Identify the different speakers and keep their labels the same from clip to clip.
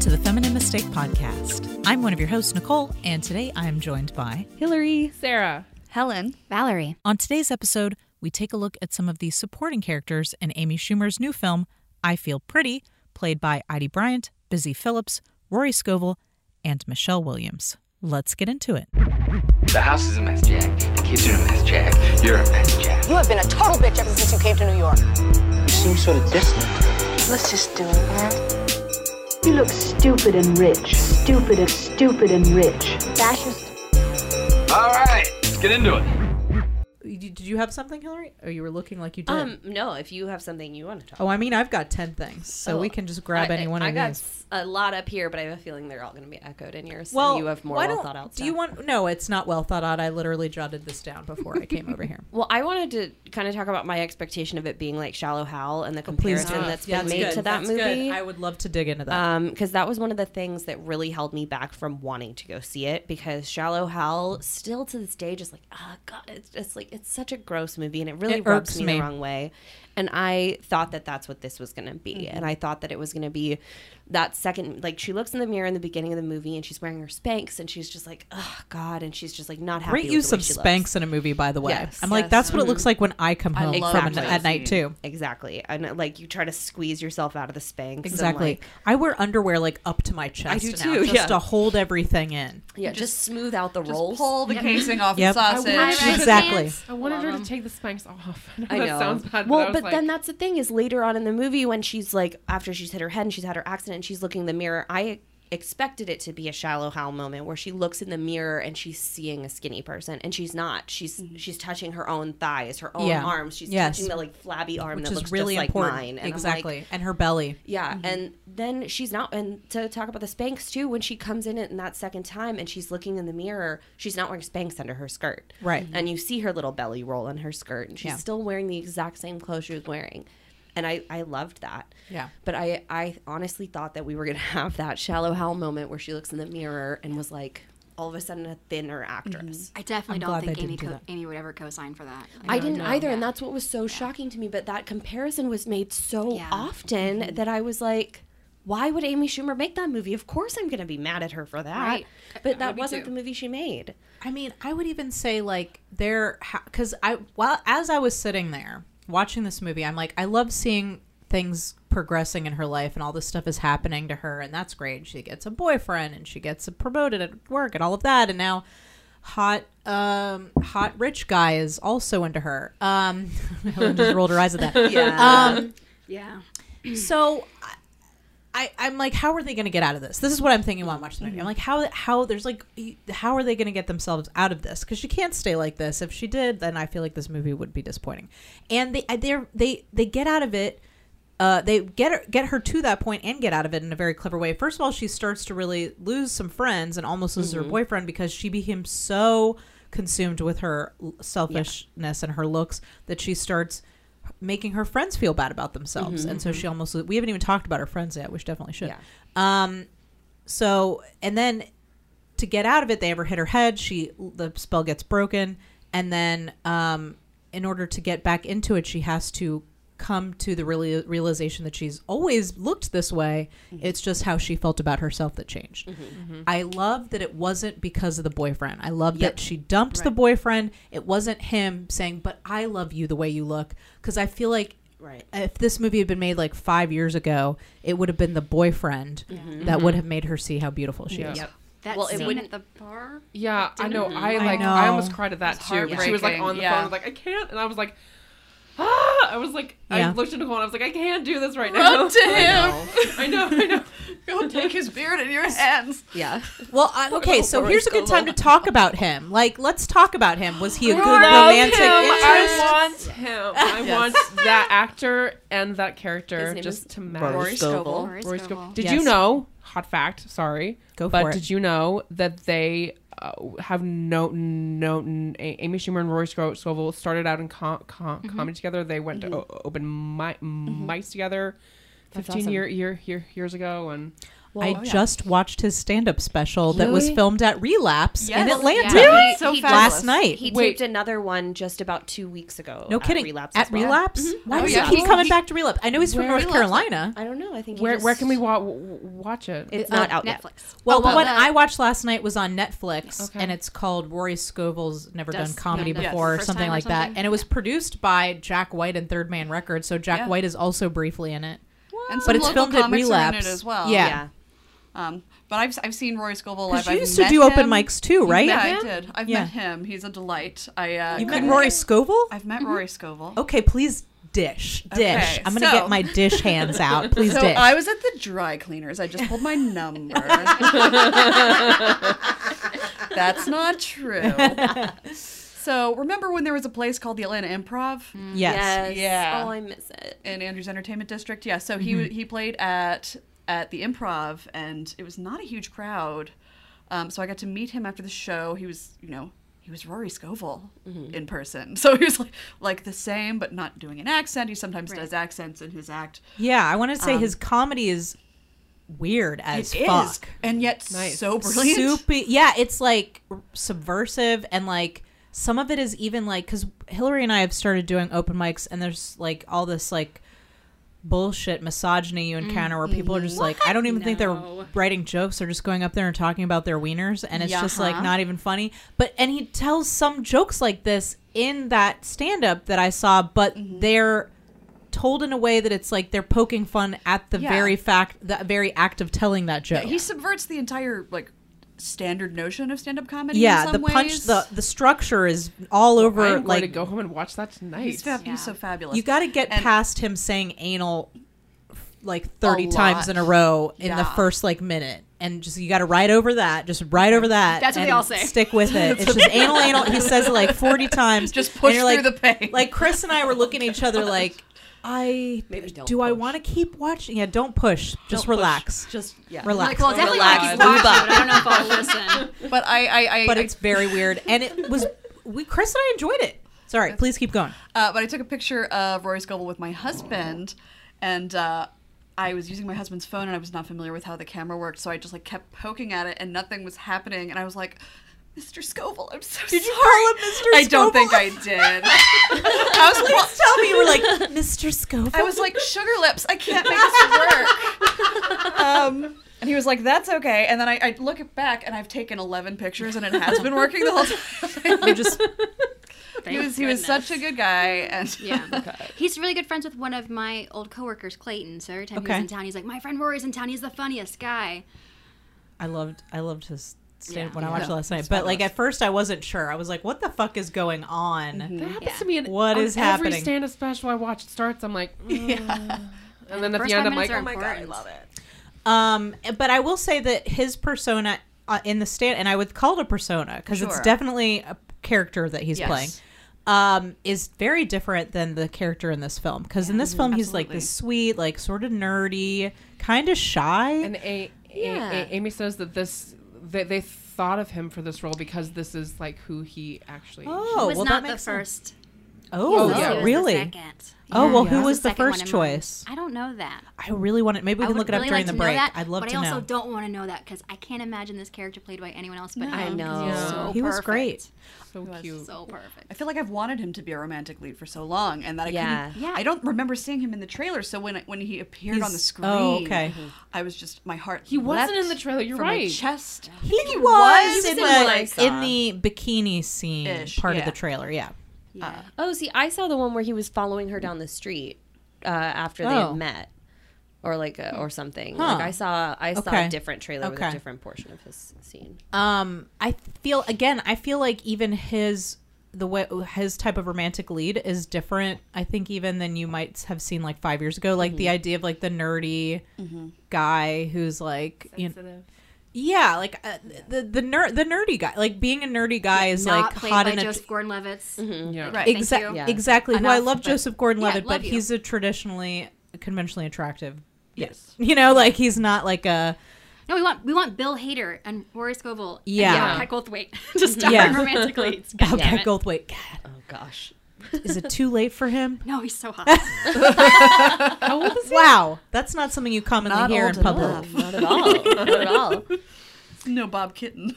Speaker 1: to the Feminine Mistake Podcast. I'm one of your hosts, Nicole, and today I am joined by.
Speaker 2: Hillary.
Speaker 3: Sarah.
Speaker 2: Helen.
Speaker 4: Valerie.
Speaker 1: On today's episode, we take a look at some of the supporting characters in Amy Schumer's new film, I Feel Pretty, played by Heidi Bryant, Busy Phillips, Rory Scovel, and Michelle Williams. Let's get into it.
Speaker 5: The house is a mess, Jack. The kids are a mess, Jack. You're a mess, Jack.
Speaker 6: You have been a total bitch ever since you came to New York.
Speaker 5: You seem sort of distant.
Speaker 6: Let's just do it, man.
Speaker 7: You look stupid and rich. Stupid and stupid and rich.
Speaker 6: Fascist.
Speaker 5: All right, let's get into it.
Speaker 2: You- Did you have something, Hillary? Or you were looking like you did?
Speaker 3: Um, no, if you have something you want to talk
Speaker 2: oh, I mean, I've got 10 things, so
Speaker 3: Oh,
Speaker 2: we can just grab
Speaker 3: I,
Speaker 2: any one
Speaker 3: I, I
Speaker 2: of
Speaker 3: got
Speaker 2: these.
Speaker 3: s- a lot up here, but I have a feeling they're all going to be echoed in yours.
Speaker 2: Well,
Speaker 3: and you have more
Speaker 2: why
Speaker 3: well
Speaker 2: don't-
Speaker 3: thought out.
Speaker 2: Do you
Speaker 3: stuff.
Speaker 2: want. No, it's not well thought out. I literally jotted this down before I came over here.
Speaker 3: Well, I wanted to kind of talk about my expectation of it being like Shallow Hal and the
Speaker 2: Oh, Please
Speaker 3: comparison
Speaker 2: do.
Speaker 3: that's
Speaker 2: Yeah,
Speaker 3: been
Speaker 2: it's
Speaker 3: made
Speaker 2: good.
Speaker 3: to that
Speaker 2: That's good.
Speaker 3: movie.
Speaker 2: I would love to dig into that.
Speaker 3: because Um, that was one of the things that really held me back from wanting to go see it because Shallow Hal still to this day just like oh god it's just like it's such a gross movie and it really
Speaker 2: It irks
Speaker 3: rubs me,
Speaker 2: me.
Speaker 3: the wrong way and I thought that that's what this was gonna be
Speaker 2: Mm-hmm.
Speaker 3: and I thought that it was gonna be that second like she looks in the mirror in the beginning of the movie and she's wearing her Spanx and she's just like oh god and she's just like not happy
Speaker 2: Great
Speaker 3: with
Speaker 2: use
Speaker 3: the way
Speaker 2: of
Speaker 3: she looks.
Speaker 2: Spanx in a movie, by the way.
Speaker 3: Yes.
Speaker 2: I'm like,
Speaker 3: Yes.
Speaker 2: that's what it looks like when I come home
Speaker 3: love
Speaker 2: from
Speaker 3: Spanx.
Speaker 2: at night, too.
Speaker 3: exactly and uh, like you try to squeeze yourself out of the Spanx and,
Speaker 2: Exactly.
Speaker 3: like,
Speaker 2: I wear underwear like up to my chest.
Speaker 3: do
Speaker 2: now,
Speaker 3: too,
Speaker 2: Just
Speaker 3: yeah.
Speaker 2: to hold everything in.
Speaker 3: yeah just, smooth out the rolls
Speaker 8: pull the casing off
Speaker 2: Yep.
Speaker 8: the sausage.
Speaker 4: I wish-
Speaker 2: Exactly.
Speaker 3: Oh,
Speaker 9: I wanted her to take the Spanx off.
Speaker 3: I know.
Speaker 9: That sounds bad.
Speaker 3: well,
Speaker 9: I was
Speaker 3: but
Speaker 9: like,
Speaker 3: then that's the thing is later on in the movie when she's like after she's hit her head and she's had her accident and she's looking in the mirror. I expected it to be a shallow howl moment where she looks in the mirror and she's seeing a skinny person and she's not. She's she's touching her own thighs, her own
Speaker 2: Yeah.
Speaker 3: arms. She's
Speaker 2: Yes.
Speaker 3: touching the like flabby arm
Speaker 2: Which
Speaker 3: that
Speaker 2: is
Speaker 3: looks
Speaker 2: really
Speaker 3: just
Speaker 2: important.
Speaker 3: like mine. And I'm like,
Speaker 2: exactly. and her belly.
Speaker 3: yeah, and then she's not. And to talk about the Spanx too, when she comes in it in that second time and she's looking in the mirror, she's not wearing Spanx under her skirt,
Speaker 2: Right.
Speaker 3: And you see her little belly roll in her skirt, and she's
Speaker 2: Yeah.
Speaker 3: still wearing the exact same clothes she was wearing. And I, I loved that.
Speaker 2: Yeah.
Speaker 3: But I, I honestly thought that we were gonna have that shallow hell moment where she looks in the mirror and was like, all of a sudden, a thinner actress.
Speaker 2: Mm-hmm.
Speaker 4: I definitely
Speaker 2: I'm glad
Speaker 4: don't think
Speaker 2: they
Speaker 4: Amy,
Speaker 2: didn't do
Speaker 4: co-
Speaker 2: that.
Speaker 4: Amy would ever co-sign for that. Like,
Speaker 3: I didn't either, and
Speaker 4: Yeah.
Speaker 3: that's what was so shocking to me. But that comparison was made so
Speaker 4: Yeah.
Speaker 3: often that I was like, "Why would Amy Schumer make that movie? Of course, I'm going to be mad at her for that."
Speaker 4: Right.
Speaker 3: But that
Speaker 4: me
Speaker 3: wasn't
Speaker 4: too.
Speaker 3: the movie she made.
Speaker 2: I mean, I would even say like there because I while as I was sitting there watching this movie, I'm like, I love seeing things progressing in her life and all this stuff is happening to her, and that's great. She gets a boyfriend and she gets promoted at work and all of that, and now hot um hot rich guy is also into her. Um, Helen just rolled her eyes at that.
Speaker 3: Yeah, um,
Speaker 4: Yeah.
Speaker 2: so I- I, I'm like, how are they going to get out of this? This is what I'm thinking while I'm watching the movie. I'm like, how how there's like, y- how are they going to get themselves out of this? Because she can't stay like this. If she did, then I feel like this movie would be disappointing. And they they they they get out of it. Uh, they get her, get her to that point and get out of it in a very clever way. First of all, she starts to really lose some friends and almost loses her boyfriend because she became so consumed with her l- selfishness and her looks that she starts making her friends feel bad about themselves. And so she almost we haven't even talked about her friends yet, which definitely should.
Speaker 3: Yeah.
Speaker 2: Um so and then to get out of it, they have her hit her head. She the spell gets broken, and then um, in order to get back into it, she has to come to the reali- realization that she's always looked this way. It's just how she felt about herself that changed. I love that it wasn't because of the boyfriend. I love that she dumped the boyfriend. It wasn't him saying, "But I love you the way you look," because I feel like
Speaker 3: right.
Speaker 2: if this movie had been made like five years ago, it would have been the boyfriend that would have made her see how beautiful she is.
Speaker 9: Yep.
Speaker 4: That
Speaker 3: Well, it
Speaker 4: scene
Speaker 3: wouldn't-
Speaker 4: at the bar.
Speaker 9: yeah, I know. I
Speaker 2: I
Speaker 9: like. I,
Speaker 2: know.
Speaker 9: almost cried at that too. But she was like
Speaker 8: heartbreaking,
Speaker 9: on the
Speaker 8: yeah.
Speaker 9: phone, like I can't, and I was like, ah! I was like,
Speaker 2: Yeah.
Speaker 9: I looked at Nicole, and I was like, I can't do this right now.
Speaker 8: Run to him.
Speaker 9: I know. I know.
Speaker 8: Go take his beard in your hands.
Speaker 3: Yeah,
Speaker 2: Well, I, okay, so here's a good time to talk about him. Like, let's talk about him. Was he a good
Speaker 9: love
Speaker 2: romantic
Speaker 9: him. I
Speaker 2: interest?
Speaker 9: want him. I want that actor and that character
Speaker 3: His name
Speaker 9: just
Speaker 3: is
Speaker 9: to match.
Speaker 3: Rory Scovel.
Speaker 9: Rory
Speaker 4: Rory Scovel.
Speaker 8: Uh-huh.
Speaker 9: Scovel. Did
Speaker 2: Yes.
Speaker 9: you know? Hot fact. Sorry.
Speaker 2: Go
Speaker 9: but
Speaker 2: for it.
Speaker 9: Did you know that they uh, have no no n- A- Amy Schumer and Rory Sco- Scovel started out in com- com-
Speaker 8: Mm-hmm.
Speaker 9: comedy together. They went to o- open mi- mics together. Fifteen year, year year years ago, and
Speaker 2: I just watched his stand-up special that was
Speaker 9: Louis-
Speaker 2: filmed at Relapse in Atlanta
Speaker 8: Really? So
Speaker 2: last night.
Speaker 3: He
Speaker 9: Wait.
Speaker 3: taped another one just about two weeks ago.
Speaker 2: no
Speaker 3: at
Speaker 2: kidding.
Speaker 3: Relapse
Speaker 2: at
Speaker 3: as well.
Speaker 2: Relapse? Why
Speaker 8: Oh,
Speaker 2: does
Speaker 8: yeah.
Speaker 2: he keep
Speaker 8: He-
Speaker 2: coming back to Relapse? I know he's from
Speaker 8: Where-
Speaker 2: North
Speaker 8: Relapse.
Speaker 2: Carolina.
Speaker 3: I don't know. I think he
Speaker 9: Where
Speaker 3: just-
Speaker 9: where can we wa- w- watch it?
Speaker 3: It's not out yet.
Speaker 4: Netflix.
Speaker 2: Well,
Speaker 4: Oh,
Speaker 2: the one
Speaker 4: well,
Speaker 2: I watched last night was on Netflix,
Speaker 9: Okay.
Speaker 2: and it's called Rory Scovel's Never
Speaker 4: Does-
Speaker 2: Done Comedy
Speaker 4: yeah, does
Speaker 2: Before,
Speaker 4: the
Speaker 2: or
Speaker 4: first
Speaker 2: something
Speaker 4: time or
Speaker 2: like that.
Speaker 4: something?
Speaker 2: And it was produced by Jack White and Third Man Records, so Jack
Speaker 8: Yeah.
Speaker 2: White is also briefly in it.
Speaker 8: and some
Speaker 2: But it's
Speaker 8: local
Speaker 2: filmed at
Speaker 8: comics are in
Speaker 2: Relapse.
Speaker 8: it as well.
Speaker 2: Yeah.
Speaker 3: Yeah.
Speaker 8: Um, but I've, I've seen Rory Scovel live.
Speaker 2: 'Cause you
Speaker 8: I've
Speaker 2: used to
Speaker 8: met
Speaker 2: do open
Speaker 8: him.
Speaker 2: mics too, right?
Speaker 8: Yeah,
Speaker 2: Yeah.
Speaker 8: I did. I've
Speaker 2: Yeah.
Speaker 8: met him. He's a delight. I uh,
Speaker 2: You met
Speaker 8: couldn't-
Speaker 2: Rory Scovel?
Speaker 8: I've met Rory Scovel.
Speaker 2: Okay, please dish, dish.
Speaker 8: Okay,
Speaker 2: I'm gonna
Speaker 8: so-
Speaker 2: get my dish hands out. Please
Speaker 8: So
Speaker 2: dish.
Speaker 8: I was at the dry cleaners. I just pulled my number. That's not true. So remember when there was a place called the Atlanta Improv?
Speaker 2: yes.
Speaker 3: Yes.
Speaker 8: Yeah.
Speaker 3: Oh, I miss it.
Speaker 8: in Andrew's Entertainment District. Yeah, so he he played uh, at at the Improv, and it was not a huge crowd. Um, so I got to meet him after the show. He was, you know, he was Rory Scovel in person. So he was like like the same, but not doing an accent. He sometimes does accents in his act.
Speaker 2: Yeah, I want to say his comedy is weird as
Speaker 8: It is,
Speaker 2: fuck.
Speaker 8: and yet
Speaker 9: Nice.
Speaker 8: so brilliant.
Speaker 2: Super, yeah, it's like subversive and like some of it is even like because Hillary and I have started doing open mics and there's like all this like bullshit misogyny you encounter where people are just like I don't even think
Speaker 8: Mm-hmm.
Speaker 2: they're
Speaker 4: No.
Speaker 2: writing jokes they're just going up there and talking about their wieners and it's just like
Speaker 8: Uh-huh.
Speaker 4: Yeah.
Speaker 2: not even funny but and he tells some jokes like this in that stand up that I saw but
Speaker 8: Mm-hmm.
Speaker 2: they're told in a way that it's like they're poking fun at the
Speaker 8: Yeah.
Speaker 2: very fact the very act of telling that joke
Speaker 8: He subverts the entire like standard notion of stand up comedy.
Speaker 2: yeah
Speaker 8: in
Speaker 2: the
Speaker 8: some
Speaker 2: punch
Speaker 8: ways.
Speaker 2: the the structure is all over
Speaker 9: I'm going to
Speaker 2: like
Speaker 9: go home and watch that tonight.
Speaker 8: He's, fab- he's so fabulous.
Speaker 2: you got to get
Speaker 8: And-
Speaker 2: past him saying anal like 30 times
Speaker 8: lot.
Speaker 2: in a row in the
Speaker 8: Yeah.
Speaker 2: first like minute and just you got to ride over that just ride over that
Speaker 4: That's what they
Speaker 2: and
Speaker 4: all say.
Speaker 2: stick with it it's just anal anal he says it like 40 times
Speaker 8: Just
Speaker 2: and
Speaker 8: push
Speaker 2: you're
Speaker 8: through
Speaker 2: like,
Speaker 8: the pain.
Speaker 2: like chris and i were looking at each other like i
Speaker 3: Maybe don't
Speaker 2: do i
Speaker 3: push.
Speaker 2: want to keep watching yeah don't push just
Speaker 8: push.
Speaker 2: relax
Speaker 8: just yeah.
Speaker 2: relax
Speaker 4: Like, well, definitely
Speaker 3: Relax.
Speaker 4: like watch, but I don't know if I'll listen.
Speaker 8: But I, I, I
Speaker 2: but
Speaker 8: I-
Speaker 2: it's very weird and it was we chris and i enjoyed it sorry please keep going
Speaker 8: Uh, but I took a picture of Rory Scovel with my husband, and uh, I was using my husband's phone, and I was not familiar with how the camera worked, so I just like kept poking at it, and nothing was happening, and I was like. Mr. Scovel, I'm so sorry.
Speaker 2: Did you call him Mr.
Speaker 8: I don't think I
Speaker 2: Scovel?
Speaker 8: did. I was,
Speaker 2: Please tell Oh, me you were like Mr. Scovel.
Speaker 8: I was like, sugar lips. I can't make this work. Um, and he was like, that's okay. And then I, I look it back, and I've taken 11 pictures, and it has been working the whole time.
Speaker 2: You just
Speaker 8: he was he was such a good guy, and
Speaker 4: Yeah. He's really good friends with one of my old coworkers, Clayton. So every time
Speaker 2: Okay.
Speaker 4: he's in town, he's like, My friend Rory's in town. He's the funniest guy.
Speaker 2: I loved I loved his stand
Speaker 4: Yeah.
Speaker 2: when I watched it
Speaker 8: Yeah.
Speaker 2: last night. But like at first I wasn't sure. I was like, what the fuck is going on?
Speaker 9: That happens
Speaker 4: Yeah.
Speaker 9: to me in
Speaker 2: What
Speaker 9: on
Speaker 2: is
Speaker 9: Every
Speaker 2: happening?
Speaker 9: stand-up special I watch it starts. I'm like, mm. and then at
Speaker 4: First
Speaker 9: the end,
Speaker 4: five
Speaker 9: I'm like,
Speaker 4: minutes are
Speaker 9: oh my god, I
Speaker 4: important.
Speaker 9: love it.
Speaker 2: Um but I will say that his persona uh, in the stand and I would call it a persona because it's
Speaker 8: Sure.
Speaker 2: definitely a character that he's
Speaker 8: Yes.
Speaker 2: playing. Um, is very different than the character in this film because in this film he's like
Speaker 8: absolutely.
Speaker 2: this sweet, like sort of nerdy, kind of shy.
Speaker 9: And a, a,
Speaker 3: Yeah.
Speaker 9: a, Amy says that this they, they thought of him for this role because this is like who he actually.
Speaker 2: oh,
Speaker 4: was
Speaker 2: well, that
Speaker 4: not the
Speaker 2: makes sense.
Speaker 4: first.
Speaker 2: Oh,
Speaker 4: He was
Speaker 9: yeah.
Speaker 4: the
Speaker 2: really?
Speaker 4: second.
Speaker 2: Oh
Speaker 4: Yeah.
Speaker 2: well,
Speaker 4: He
Speaker 2: who was the
Speaker 4: the second one
Speaker 2: first
Speaker 4: in mine.
Speaker 2: choice?
Speaker 4: I don't know that.
Speaker 2: I really want it. Maybe we
Speaker 4: I
Speaker 2: can
Speaker 4: would
Speaker 2: look it up
Speaker 4: really
Speaker 2: during
Speaker 4: like
Speaker 2: the
Speaker 4: to know
Speaker 2: break.
Speaker 4: that,
Speaker 2: I'd love
Speaker 4: but
Speaker 2: to
Speaker 4: I also
Speaker 2: know.
Speaker 4: don't want to know that because I can't imagine this character played by anyone else but him.
Speaker 3: I
Speaker 4: 'cause
Speaker 3: know.
Speaker 4: He's so
Speaker 2: He was
Speaker 4: perfect.
Speaker 2: great.
Speaker 9: so cute.
Speaker 4: So
Speaker 8: I
Speaker 4: perfect.
Speaker 8: feel like I've wanted him to be a romantic lead for so long, and that I
Speaker 3: Yeah.
Speaker 8: couldn't.
Speaker 4: Yeah.
Speaker 8: I don't remember seeing him in the trailer. So when when he appeared on the
Speaker 2: He's-
Speaker 8: screen,
Speaker 2: oh, okay.
Speaker 8: I was just my heart.
Speaker 9: He wasn't
Speaker 8: leapt
Speaker 9: in the trailer, you're
Speaker 8: from my
Speaker 9: right.
Speaker 8: chest.
Speaker 2: He was
Speaker 3: was
Speaker 2: in
Speaker 3: in what I
Speaker 2: the
Speaker 3: saw.
Speaker 4: uh,
Speaker 2: in the bikini scene
Speaker 8: Ish,
Speaker 2: part of
Speaker 8: yeah.
Speaker 2: the trailer. Yeah.
Speaker 4: Yeah.
Speaker 3: Oh, see, I saw the one where he was following her down the street uh, after they
Speaker 2: Oh.
Speaker 3: had met, or like, a, or something. Like I saw, I saw
Speaker 2: Okay.
Speaker 3: a different trailer with
Speaker 2: Okay.
Speaker 3: a different portion of his scene.
Speaker 2: Um, I feel again. I feel like even his the way his type of romantic lead is different. I think even than you might have seen like five years ago. Like
Speaker 4: Mm-hmm.
Speaker 2: the idea of like the nerdy guy who's like you know, yeah, like uh, the the ner- the nerdy guy. Like being a nerdy guy is
Speaker 4: Not
Speaker 2: like
Speaker 4: played
Speaker 2: hot
Speaker 4: by
Speaker 2: in a
Speaker 4: Joseph Gordon-Levitt's.
Speaker 9: Mm-hmm. Yeah.
Speaker 8: Right.
Speaker 4: Thank
Speaker 2: Exactly.
Speaker 4: you.
Speaker 3: Yeah.
Speaker 2: Exactly. Who I
Speaker 4: Enough,
Speaker 2: love
Speaker 4: but-
Speaker 2: Joseph Gordon-Levitt,
Speaker 4: Yeah, love
Speaker 2: but
Speaker 4: you.
Speaker 2: he's a traditionally conventionally attractive.
Speaker 9: Yes.
Speaker 2: You know, like he's not like a
Speaker 4: No, we want we want Bill Hader and Rory Scovel.
Speaker 2: Yeah. Mm-hmm.
Speaker 4: and Pat Goldthwaite to star
Speaker 2: Yeah.
Speaker 4: romantically.
Speaker 2: Gal Gadot. Goldthwaite. God.
Speaker 3: Oh gosh,
Speaker 2: Is it too late for him?
Speaker 4: No, he's so hot.
Speaker 2: How old is he? Wow, that's not something you commonly
Speaker 8: Not
Speaker 2: hear in
Speaker 8: old
Speaker 2: public.
Speaker 8: enough.
Speaker 3: Not at all. Not at all.
Speaker 8: No Bob Kitten.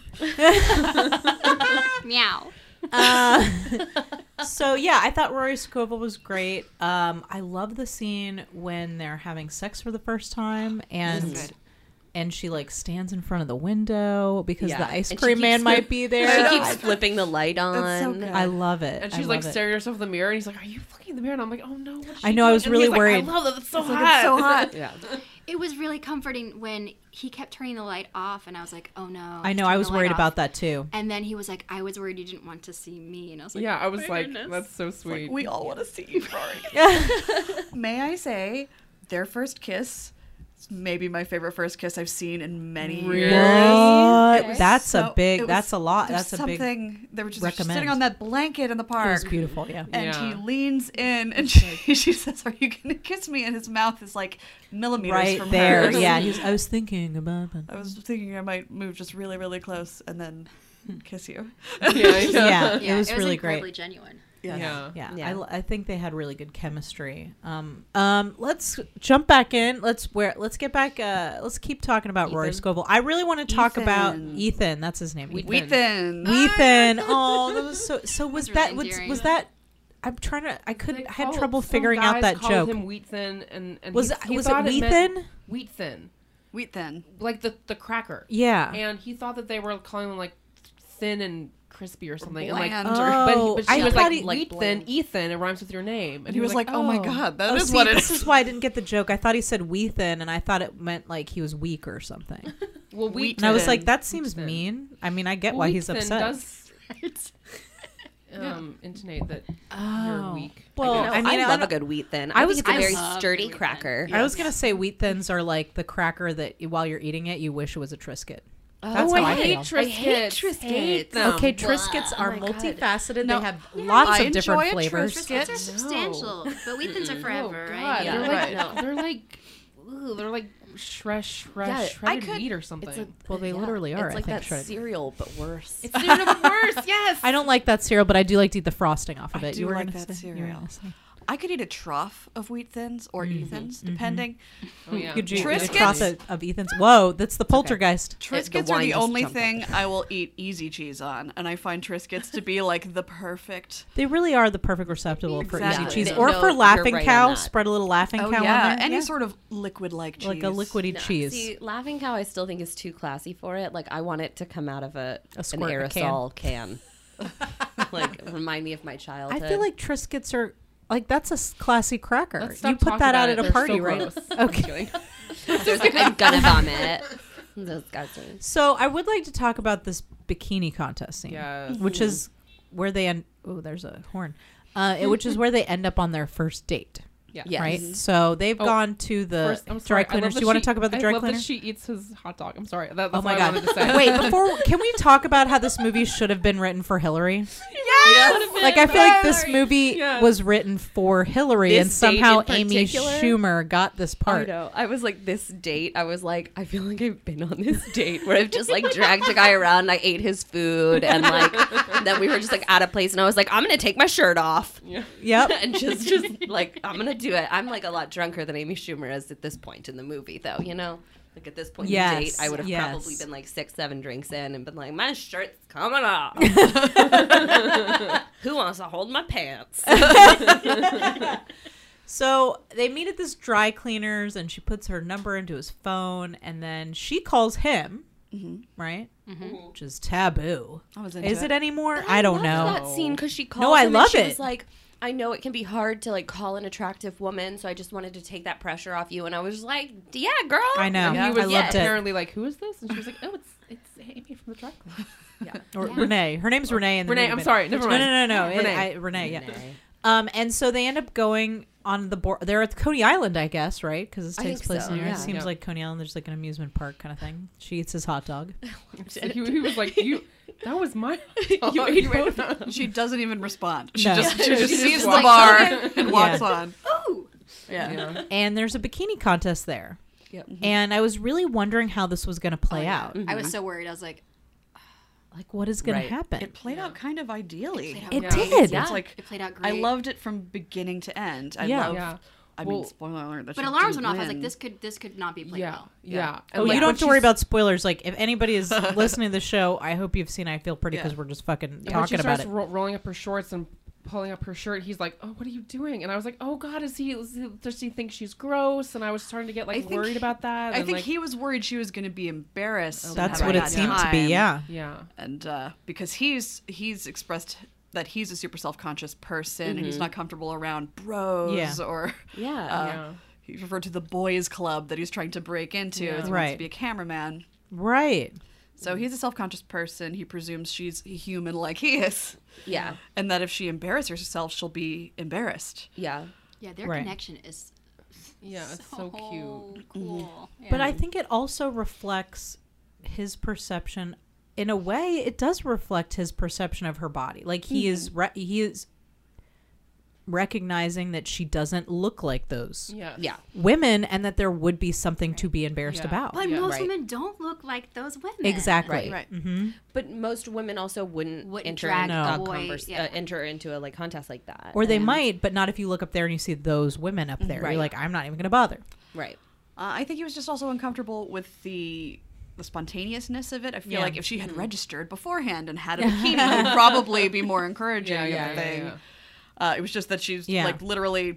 Speaker 4: Meow.
Speaker 2: Uh, so yeah, I thought Rory Scovel was great. Um, I love the scene when they're having sex for the first time, and and she like stands in front of the window because
Speaker 3: Yeah.
Speaker 2: the ice
Speaker 3: And she
Speaker 2: cream
Speaker 3: keeps
Speaker 2: man might
Speaker 3: flip-
Speaker 2: be
Speaker 3: She
Speaker 2: there.
Speaker 3: keeps flipping the light on.
Speaker 8: so good.
Speaker 2: I love it.
Speaker 9: And
Speaker 2: I
Speaker 9: she's like
Speaker 2: love it.
Speaker 9: staring herself in the mirror, and he's like, "Are you looking in the mirror?" And I'm like, "Oh no!" What's
Speaker 2: I
Speaker 9: she
Speaker 2: know, I
Speaker 9: doing?"
Speaker 2: was
Speaker 9: And
Speaker 2: really
Speaker 9: he's like,
Speaker 2: worried.
Speaker 9: I love that. That's so
Speaker 8: Like,
Speaker 9: hot.
Speaker 8: it's so hot.
Speaker 9: yeah.
Speaker 4: It was really comforting when he kept turning the light off, and I was like, oh no.
Speaker 2: I
Speaker 4: he's
Speaker 2: know. I
Speaker 4: turning
Speaker 2: was
Speaker 4: the light
Speaker 2: worried
Speaker 4: off.
Speaker 2: about that too.
Speaker 4: And then he was like, I was worried you didn't want to see me. And I was like,
Speaker 9: Yeah, I was
Speaker 4: "Oh,
Speaker 9: like,
Speaker 4: goodness."
Speaker 9: "That's so sweet."
Speaker 8: We all want to see you, Rory.
Speaker 2: Yeah.
Speaker 8: May I say, their first kiss, is maybe my favorite first kiss I've seen in many years.
Speaker 2: What?
Speaker 8: It was
Speaker 2: That's
Speaker 8: so-
Speaker 2: a big.
Speaker 8: it was-
Speaker 2: that's a lot.
Speaker 8: there's
Speaker 2: That's a big. It
Speaker 8: something. they were just they're just sitting
Speaker 2: recommend.
Speaker 8: on that blanket in the park.
Speaker 2: was beautiful. Yeah.
Speaker 8: And
Speaker 9: Yeah.
Speaker 8: he leans in and she, she says, Are you going to kiss me? And his mouth is like millimeters
Speaker 2: Right
Speaker 8: from
Speaker 2: there.
Speaker 8: hers.
Speaker 2: Yeah. He's, I was thinking about that.
Speaker 8: I was thinking I might move just really, really close and then kiss you.
Speaker 9: yeah,
Speaker 2: Hmm. Yeah.
Speaker 9: yeah,
Speaker 4: Yeah,
Speaker 2: it was really
Speaker 4: incredibly
Speaker 2: great.
Speaker 4: genuine.
Speaker 9: yeah.
Speaker 2: Yeah, I
Speaker 3: Yeah.
Speaker 2: l I I, think they had really good chemistry. Um, um, let's jump back in. Let's where let's get back. Uh, let's keep talking about Rory
Speaker 3: Ethan.
Speaker 2: Scovel. I really want to talk about
Speaker 8: Ethan.
Speaker 2: Ethan. That's his name. Ethan.
Speaker 8: Ethan.
Speaker 2: Ethan. Oh, that was so. So was
Speaker 4: really
Speaker 2: that was,
Speaker 4: endearing.
Speaker 2: was that? I'm trying to. I couldn't.
Speaker 9: They
Speaker 2: I had
Speaker 9: call-
Speaker 2: trouble
Speaker 9: some
Speaker 2: figuring out
Speaker 9: guys
Speaker 2: that
Speaker 9: called
Speaker 2: joke.
Speaker 9: Him Wheatson, and, and
Speaker 2: Was
Speaker 9: he-
Speaker 2: that-
Speaker 9: he
Speaker 2: was it
Speaker 9: thought meant
Speaker 2: Wheathen?
Speaker 9: Wheathen,
Speaker 8: Wheathen.
Speaker 9: like the the cracker.
Speaker 2: yeah.
Speaker 9: And he thought that they were calling him like thin and crispy or something. And like,
Speaker 8: Bland.
Speaker 2: oh,
Speaker 9: but, he- but she
Speaker 2: I
Speaker 9: was
Speaker 2: thought
Speaker 9: like,
Speaker 2: he,
Speaker 9: like Wheathen, Ethan. It rhymes with your name.
Speaker 8: And he was like, Oh my God, that is
Speaker 2: see,
Speaker 8: what it
Speaker 2: this
Speaker 8: is.
Speaker 2: is why I didn't get the joke. I thought he said Weathen, and I thought it meant like he was weak or something.
Speaker 9: "Oh,
Speaker 2: "Oh,
Speaker 9: Well,
Speaker 8: Wheat-
Speaker 9: Wheat.
Speaker 2: And I was
Speaker 8: Ethan.
Speaker 2: like, that seems mean. I mean, I get why he's
Speaker 9: Wheathen
Speaker 2: upset.
Speaker 9: Does, um, intonate that you're
Speaker 2: Oh.
Speaker 9: weak.
Speaker 2: Well,
Speaker 3: No, I,
Speaker 2: I mean, I
Speaker 3: love a
Speaker 2: don't-
Speaker 3: good wheat thin.
Speaker 2: I
Speaker 3: I,
Speaker 2: was
Speaker 3: was
Speaker 2: gonna
Speaker 3: a very
Speaker 4: love
Speaker 3: sturdy
Speaker 4: wheat thin.
Speaker 3: cracker.
Speaker 2: I was gonna say wheat thins are like the cracker that you- while you're eating it, you wish it was a Triscuit. That's
Speaker 9: oh,
Speaker 2: how
Speaker 9: I,
Speaker 2: I,
Speaker 9: hate
Speaker 2: feel.
Speaker 9: Triscuits.
Speaker 3: Triscuits.
Speaker 9: Hate them.
Speaker 2: okay, Triscuits are multifaceted.
Speaker 8: Oh No,
Speaker 2: they have lots
Speaker 8: I
Speaker 2: of different
Speaker 8: enjoy a
Speaker 2: flavors.
Speaker 8: Triscuit.
Speaker 4: Those are substantial, but Wheatens are
Speaker 9: Oh,
Speaker 4: forever,
Speaker 9: God,
Speaker 4: right?
Speaker 9: They're
Speaker 3: Yeah.
Speaker 9: like,
Speaker 3: Right.
Speaker 9: they're like, ugh, they're like shred, shred,
Speaker 3: Yeah, I
Speaker 9: shredded
Speaker 3: could-
Speaker 9: wheat or something.
Speaker 2: Well, they literally are,
Speaker 3: It's
Speaker 2: I
Speaker 3: like
Speaker 2: think,
Speaker 3: that
Speaker 2: shredded.
Speaker 3: cereal, but worse.
Speaker 9: it's even worse. Yes.
Speaker 2: I don't like that cereal, but I do like to eat the frosting off of
Speaker 8: I
Speaker 2: it.
Speaker 8: do
Speaker 2: you were
Speaker 8: like
Speaker 2: gonna
Speaker 8: that
Speaker 2: say- you were
Speaker 8: cereal.
Speaker 2: gonna say.
Speaker 8: I could eat a trough of wheat thins or
Speaker 9: Mm-hmm,
Speaker 8: Ethans, depending.
Speaker 9: Oh, yeah.
Speaker 2: Could you eat a
Speaker 8: Triscuits?
Speaker 2: trough of, of Ethan's? Whoa, that's the poltergeist.
Speaker 8: Triscuits are
Speaker 3: wine
Speaker 8: the
Speaker 3: just
Speaker 8: only
Speaker 3: jumped up.
Speaker 8: thing I will eat easy cheese on, and I find Triscuits to be like the perfect.
Speaker 2: They really are the perfect receptacle for
Speaker 8: Exactly.
Speaker 2: easy cheese,
Speaker 3: Yeah.
Speaker 2: or
Speaker 3: No,
Speaker 2: for
Speaker 3: you're
Speaker 2: laughing
Speaker 3: right on
Speaker 2: cow.
Speaker 3: that.
Speaker 2: Spread a little laughing
Speaker 8: Oh
Speaker 2: cow
Speaker 8: yeah,
Speaker 2: on there,
Speaker 8: any
Speaker 2: Yeah.
Speaker 8: sort of liquid like cheese,
Speaker 2: like a liquidy cheese.
Speaker 3: See, laughing cow, I still think is too classy for it. Like I want it to come out of a,
Speaker 2: A
Speaker 3: an
Speaker 2: squirt, a can.
Speaker 3: aerosol can. like remind me of my childhood.
Speaker 2: I feel like Triscuits are like that's a s- classy cracker.
Speaker 9: Let's stop
Speaker 2: you put
Speaker 9: talking
Speaker 2: that out
Speaker 9: about
Speaker 2: at
Speaker 9: it.
Speaker 2: a
Speaker 9: They're
Speaker 2: party,
Speaker 9: so
Speaker 2: right?
Speaker 9: gross.
Speaker 2: Okay.
Speaker 3: There's like, I'm gonna vomit. Those guys are
Speaker 2: So I would like to talk about this bikini contest scene,
Speaker 9: Yes.
Speaker 2: which is where they end. Oh, there's a horn. Uh, it- which is where they end up on their first date,
Speaker 9: Yeah.
Speaker 3: Yes.
Speaker 2: right? So they've
Speaker 9: Oh,
Speaker 2: gone to the
Speaker 9: First, I'm
Speaker 2: dry
Speaker 9: sorry. I
Speaker 2: cleaners.
Speaker 9: love that
Speaker 2: Do you want
Speaker 9: she-
Speaker 2: to talk about the
Speaker 9: I
Speaker 2: dry
Speaker 9: love that
Speaker 2: cleaner?
Speaker 9: she eats his hot dog. I'm sorry. That, that's
Speaker 2: Oh my
Speaker 9: what I
Speaker 2: god!
Speaker 9: wanted to say.
Speaker 2: Wait, before can we talk about how this movie should have been written for Hillary?
Speaker 9: Yes!
Speaker 2: Like I feel like this movie
Speaker 9: Yes.
Speaker 2: was written for Hillary,
Speaker 3: This
Speaker 2: and
Speaker 3: date in
Speaker 2: somehow Amy
Speaker 3: particular?
Speaker 2: Schumer got this
Speaker 3: I
Speaker 2: part.
Speaker 3: know. I was like this date. I was like, I feel like I've been on this date where I've just like dragged a guy around. I ate his food, and like then we were just like out of place. And I was like, I'm gonna take my shirt off
Speaker 2: Yep.
Speaker 3: and just just like I'm gonna do it. I'm like a lot drunker than Amy Schumer is at this point in the movie, though. You know, like at this point in the date,
Speaker 2: Yes,
Speaker 3: I would have
Speaker 2: yes.
Speaker 3: probably been like six, seven drinks in, and been like, my shirt's coming off. Who wants to hold my pants?
Speaker 2: So they meet at this dry cleaners, and she puts her number into his phone, and then she calls him, right?
Speaker 9: Mm-hmm.
Speaker 2: Which is taboo.
Speaker 8: I was into
Speaker 2: Is it
Speaker 8: it.
Speaker 2: anymore? I don't know.
Speaker 3: that scene because she called.
Speaker 2: I
Speaker 3: him and
Speaker 2: love
Speaker 3: she
Speaker 2: it.
Speaker 3: Was like, I know it can be hard to like call an attractive woman, so I just wanted to take that pressure off you. And I was like, yeah, girl.
Speaker 2: I know.
Speaker 9: And he
Speaker 2: I
Speaker 9: was
Speaker 2: loved it.
Speaker 9: apparently like, "Who is this?" And she was like, "Oh, it's it's Amy from the Drug Club."
Speaker 2: Or Renee. Her name's Renee. In the
Speaker 9: Renee,
Speaker 2: movie,
Speaker 9: I'm
Speaker 2: but-
Speaker 9: sorry, never
Speaker 2: No,
Speaker 9: mind.
Speaker 2: no, no, no. It-
Speaker 9: Renee.
Speaker 2: I- Renee. Yeah. Um, and so they end up going on the board. They're at Coney Island, I guess, right? Because this
Speaker 3: I
Speaker 2: takes
Speaker 3: think
Speaker 2: place
Speaker 3: so,
Speaker 2: in New York.
Speaker 3: yeah.
Speaker 2: It seems
Speaker 9: Yeah.
Speaker 2: like Coney Island. There's like an amusement park kind of thing. She eats his hot dog.
Speaker 9: So he, he was like, "You, that was my."
Speaker 3: You ate both of
Speaker 8: She doesn't even respond. She
Speaker 2: No.
Speaker 8: just she just
Speaker 9: She just
Speaker 8: sees the
Speaker 9: walks
Speaker 8: bar
Speaker 9: on.
Speaker 8: and walks
Speaker 2: Yeah.
Speaker 8: on.
Speaker 4: Ooh.
Speaker 8: Yeah.
Speaker 2: and there's a bikini contest there. Mm-hmm.
Speaker 3: Yep.
Speaker 9: Mm-hmm.
Speaker 2: And I was really wondering how this was going to play out.
Speaker 4: I was so worried. I was like,
Speaker 2: like what is going
Speaker 9: Right.
Speaker 2: to happen?
Speaker 8: It played out kind of ideally.
Speaker 4: played out
Speaker 2: It
Speaker 4: great.
Speaker 2: did.
Speaker 8: It's
Speaker 9: Yeah.
Speaker 8: like
Speaker 4: It played out
Speaker 8: I
Speaker 4: great.
Speaker 8: loved it from beginning to end. I
Speaker 2: Yeah.
Speaker 8: loved.
Speaker 9: Yeah.
Speaker 8: I
Speaker 9: Well-
Speaker 8: mean, spoiler alert. That
Speaker 4: But
Speaker 8: she
Speaker 4: alarms went
Speaker 8: didn't
Speaker 4: off. I was
Speaker 8: win.
Speaker 4: like, this could this could not be played
Speaker 9: yeah,
Speaker 4: well.
Speaker 9: yeah. And,
Speaker 2: Oh,
Speaker 9: like,
Speaker 2: you don't
Speaker 9: when
Speaker 2: have to worry
Speaker 9: she's-
Speaker 2: about spoilers. Like, if anybody is listening to the show, I hope you've seen I Feel Pretty because
Speaker 8: Yeah.
Speaker 2: we're just fucking
Speaker 9: Yeah, when she
Speaker 2: talking about
Speaker 9: starts
Speaker 2: it.
Speaker 9: ro- rolling up her shorts and pulling up her shirt, he's like, "Oh, what are you doing?" And I was like, "Oh God, is he? Is he does he think she's gross?" And I was starting to get
Speaker 8: I
Speaker 9: like
Speaker 8: think
Speaker 9: worried
Speaker 8: he-
Speaker 9: about that.
Speaker 8: I
Speaker 9: and,
Speaker 8: think
Speaker 9: like, Oh,
Speaker 8: he was worried she was going to be embarrassed. and
Speaker 2: That's
Speaker 8: have a
Speaker 2: what it
Speaker 8: bad
Speaker 2: seemed to be.
Speaker 8: time.
Speaker 2: Yeah.
Speaker 9: Yeah.
Speaker 8: and uh, because he's he's expressed that he's a super self-conscious person and he's not comfortable around bros
Speaker 2: Yeah.
Speaker 8: or
Speaker 3: Yeah.
Speaker 8: uh,
Speaker 9: Mm-hmm. Yeah.
Speaker 8: he referred to the boys club that he's trying to break into as he wants
Speaker 2: Right.
Speaker 8: to be a cameraman
Speaker 2: Right.
Speaker 8: so he's a self-conscious person he presumes she's human like he is
Speaker 3: Yeah.
Speaker 8: and that if she embarrasses herself she'll be embarrassed Uh,
Speaker 3: Yeah.
Speaker 4: Yeah, their
Speaker 2: Right.
Speaker 4: connection is
Speaker 9: Yeah, it's so cute. Mm-hmm.
Speaker 4: Cool. Yeah.
Speaker 2: But I think it also reflects his perception. In a way, it does reflect his perception of her body. Like he is,
Speaker 9: Mm-hmm.
Speaker 2: re- he is recognizing that she doesn't look like those
Speaker 9: Yeah.
Speaker 3: Yeah.
Speaker 2: women, and that there would be something to be embarrassed
Speaker 9: Yeah.
Speaker 2: about.
Speaker 4: but
Speaker 9: Yeah.
Speaker 4: most
Speaker 3: Right.
Speaker 4: women don't look like those women.
Speaker 2: exactly.
Speaker 3: Right.
Speaker 8: right
Speaker 3: But most women also wouldn't,
Speaker 4: Wouldn't
Speaker 3: enter
Speaker 4: drag
Speaker 3: into
Speaker 4: a
Speaker 3: a
Speaker 4: boy,
Speaker 3: converse,
Speaker 4: yeah.
Speaker 3: uh, enter into a like contest like that.
Speaker 2: Or they might, but not if you look up there and you see those women up there.
Speaker 3: Right.
Speaker 2: You're like, I'm not even going to bother.
Speaker 3: right.
Speaker 8: Uh, I think he was just also uncomfortable with the the spontaneousness of it. I feel
Speaker 2: Yeah.
Speaker 8: like if she had
Speaker 9: Mm-hmm.
Speaker 8: registered beforehand and had a bikini, it would probably be more encouraging
Speaker 9: Yeah,
Speaker 8: of
Speaker 9: yeah,
Speaker 8: the
Speaker 9: yeah,
Speaker 8: thing.
Speaker 9: yeah.
Speaker 8: Uh, it was just that she's
Speaker 2: Yeah.
Speaker 8: like literally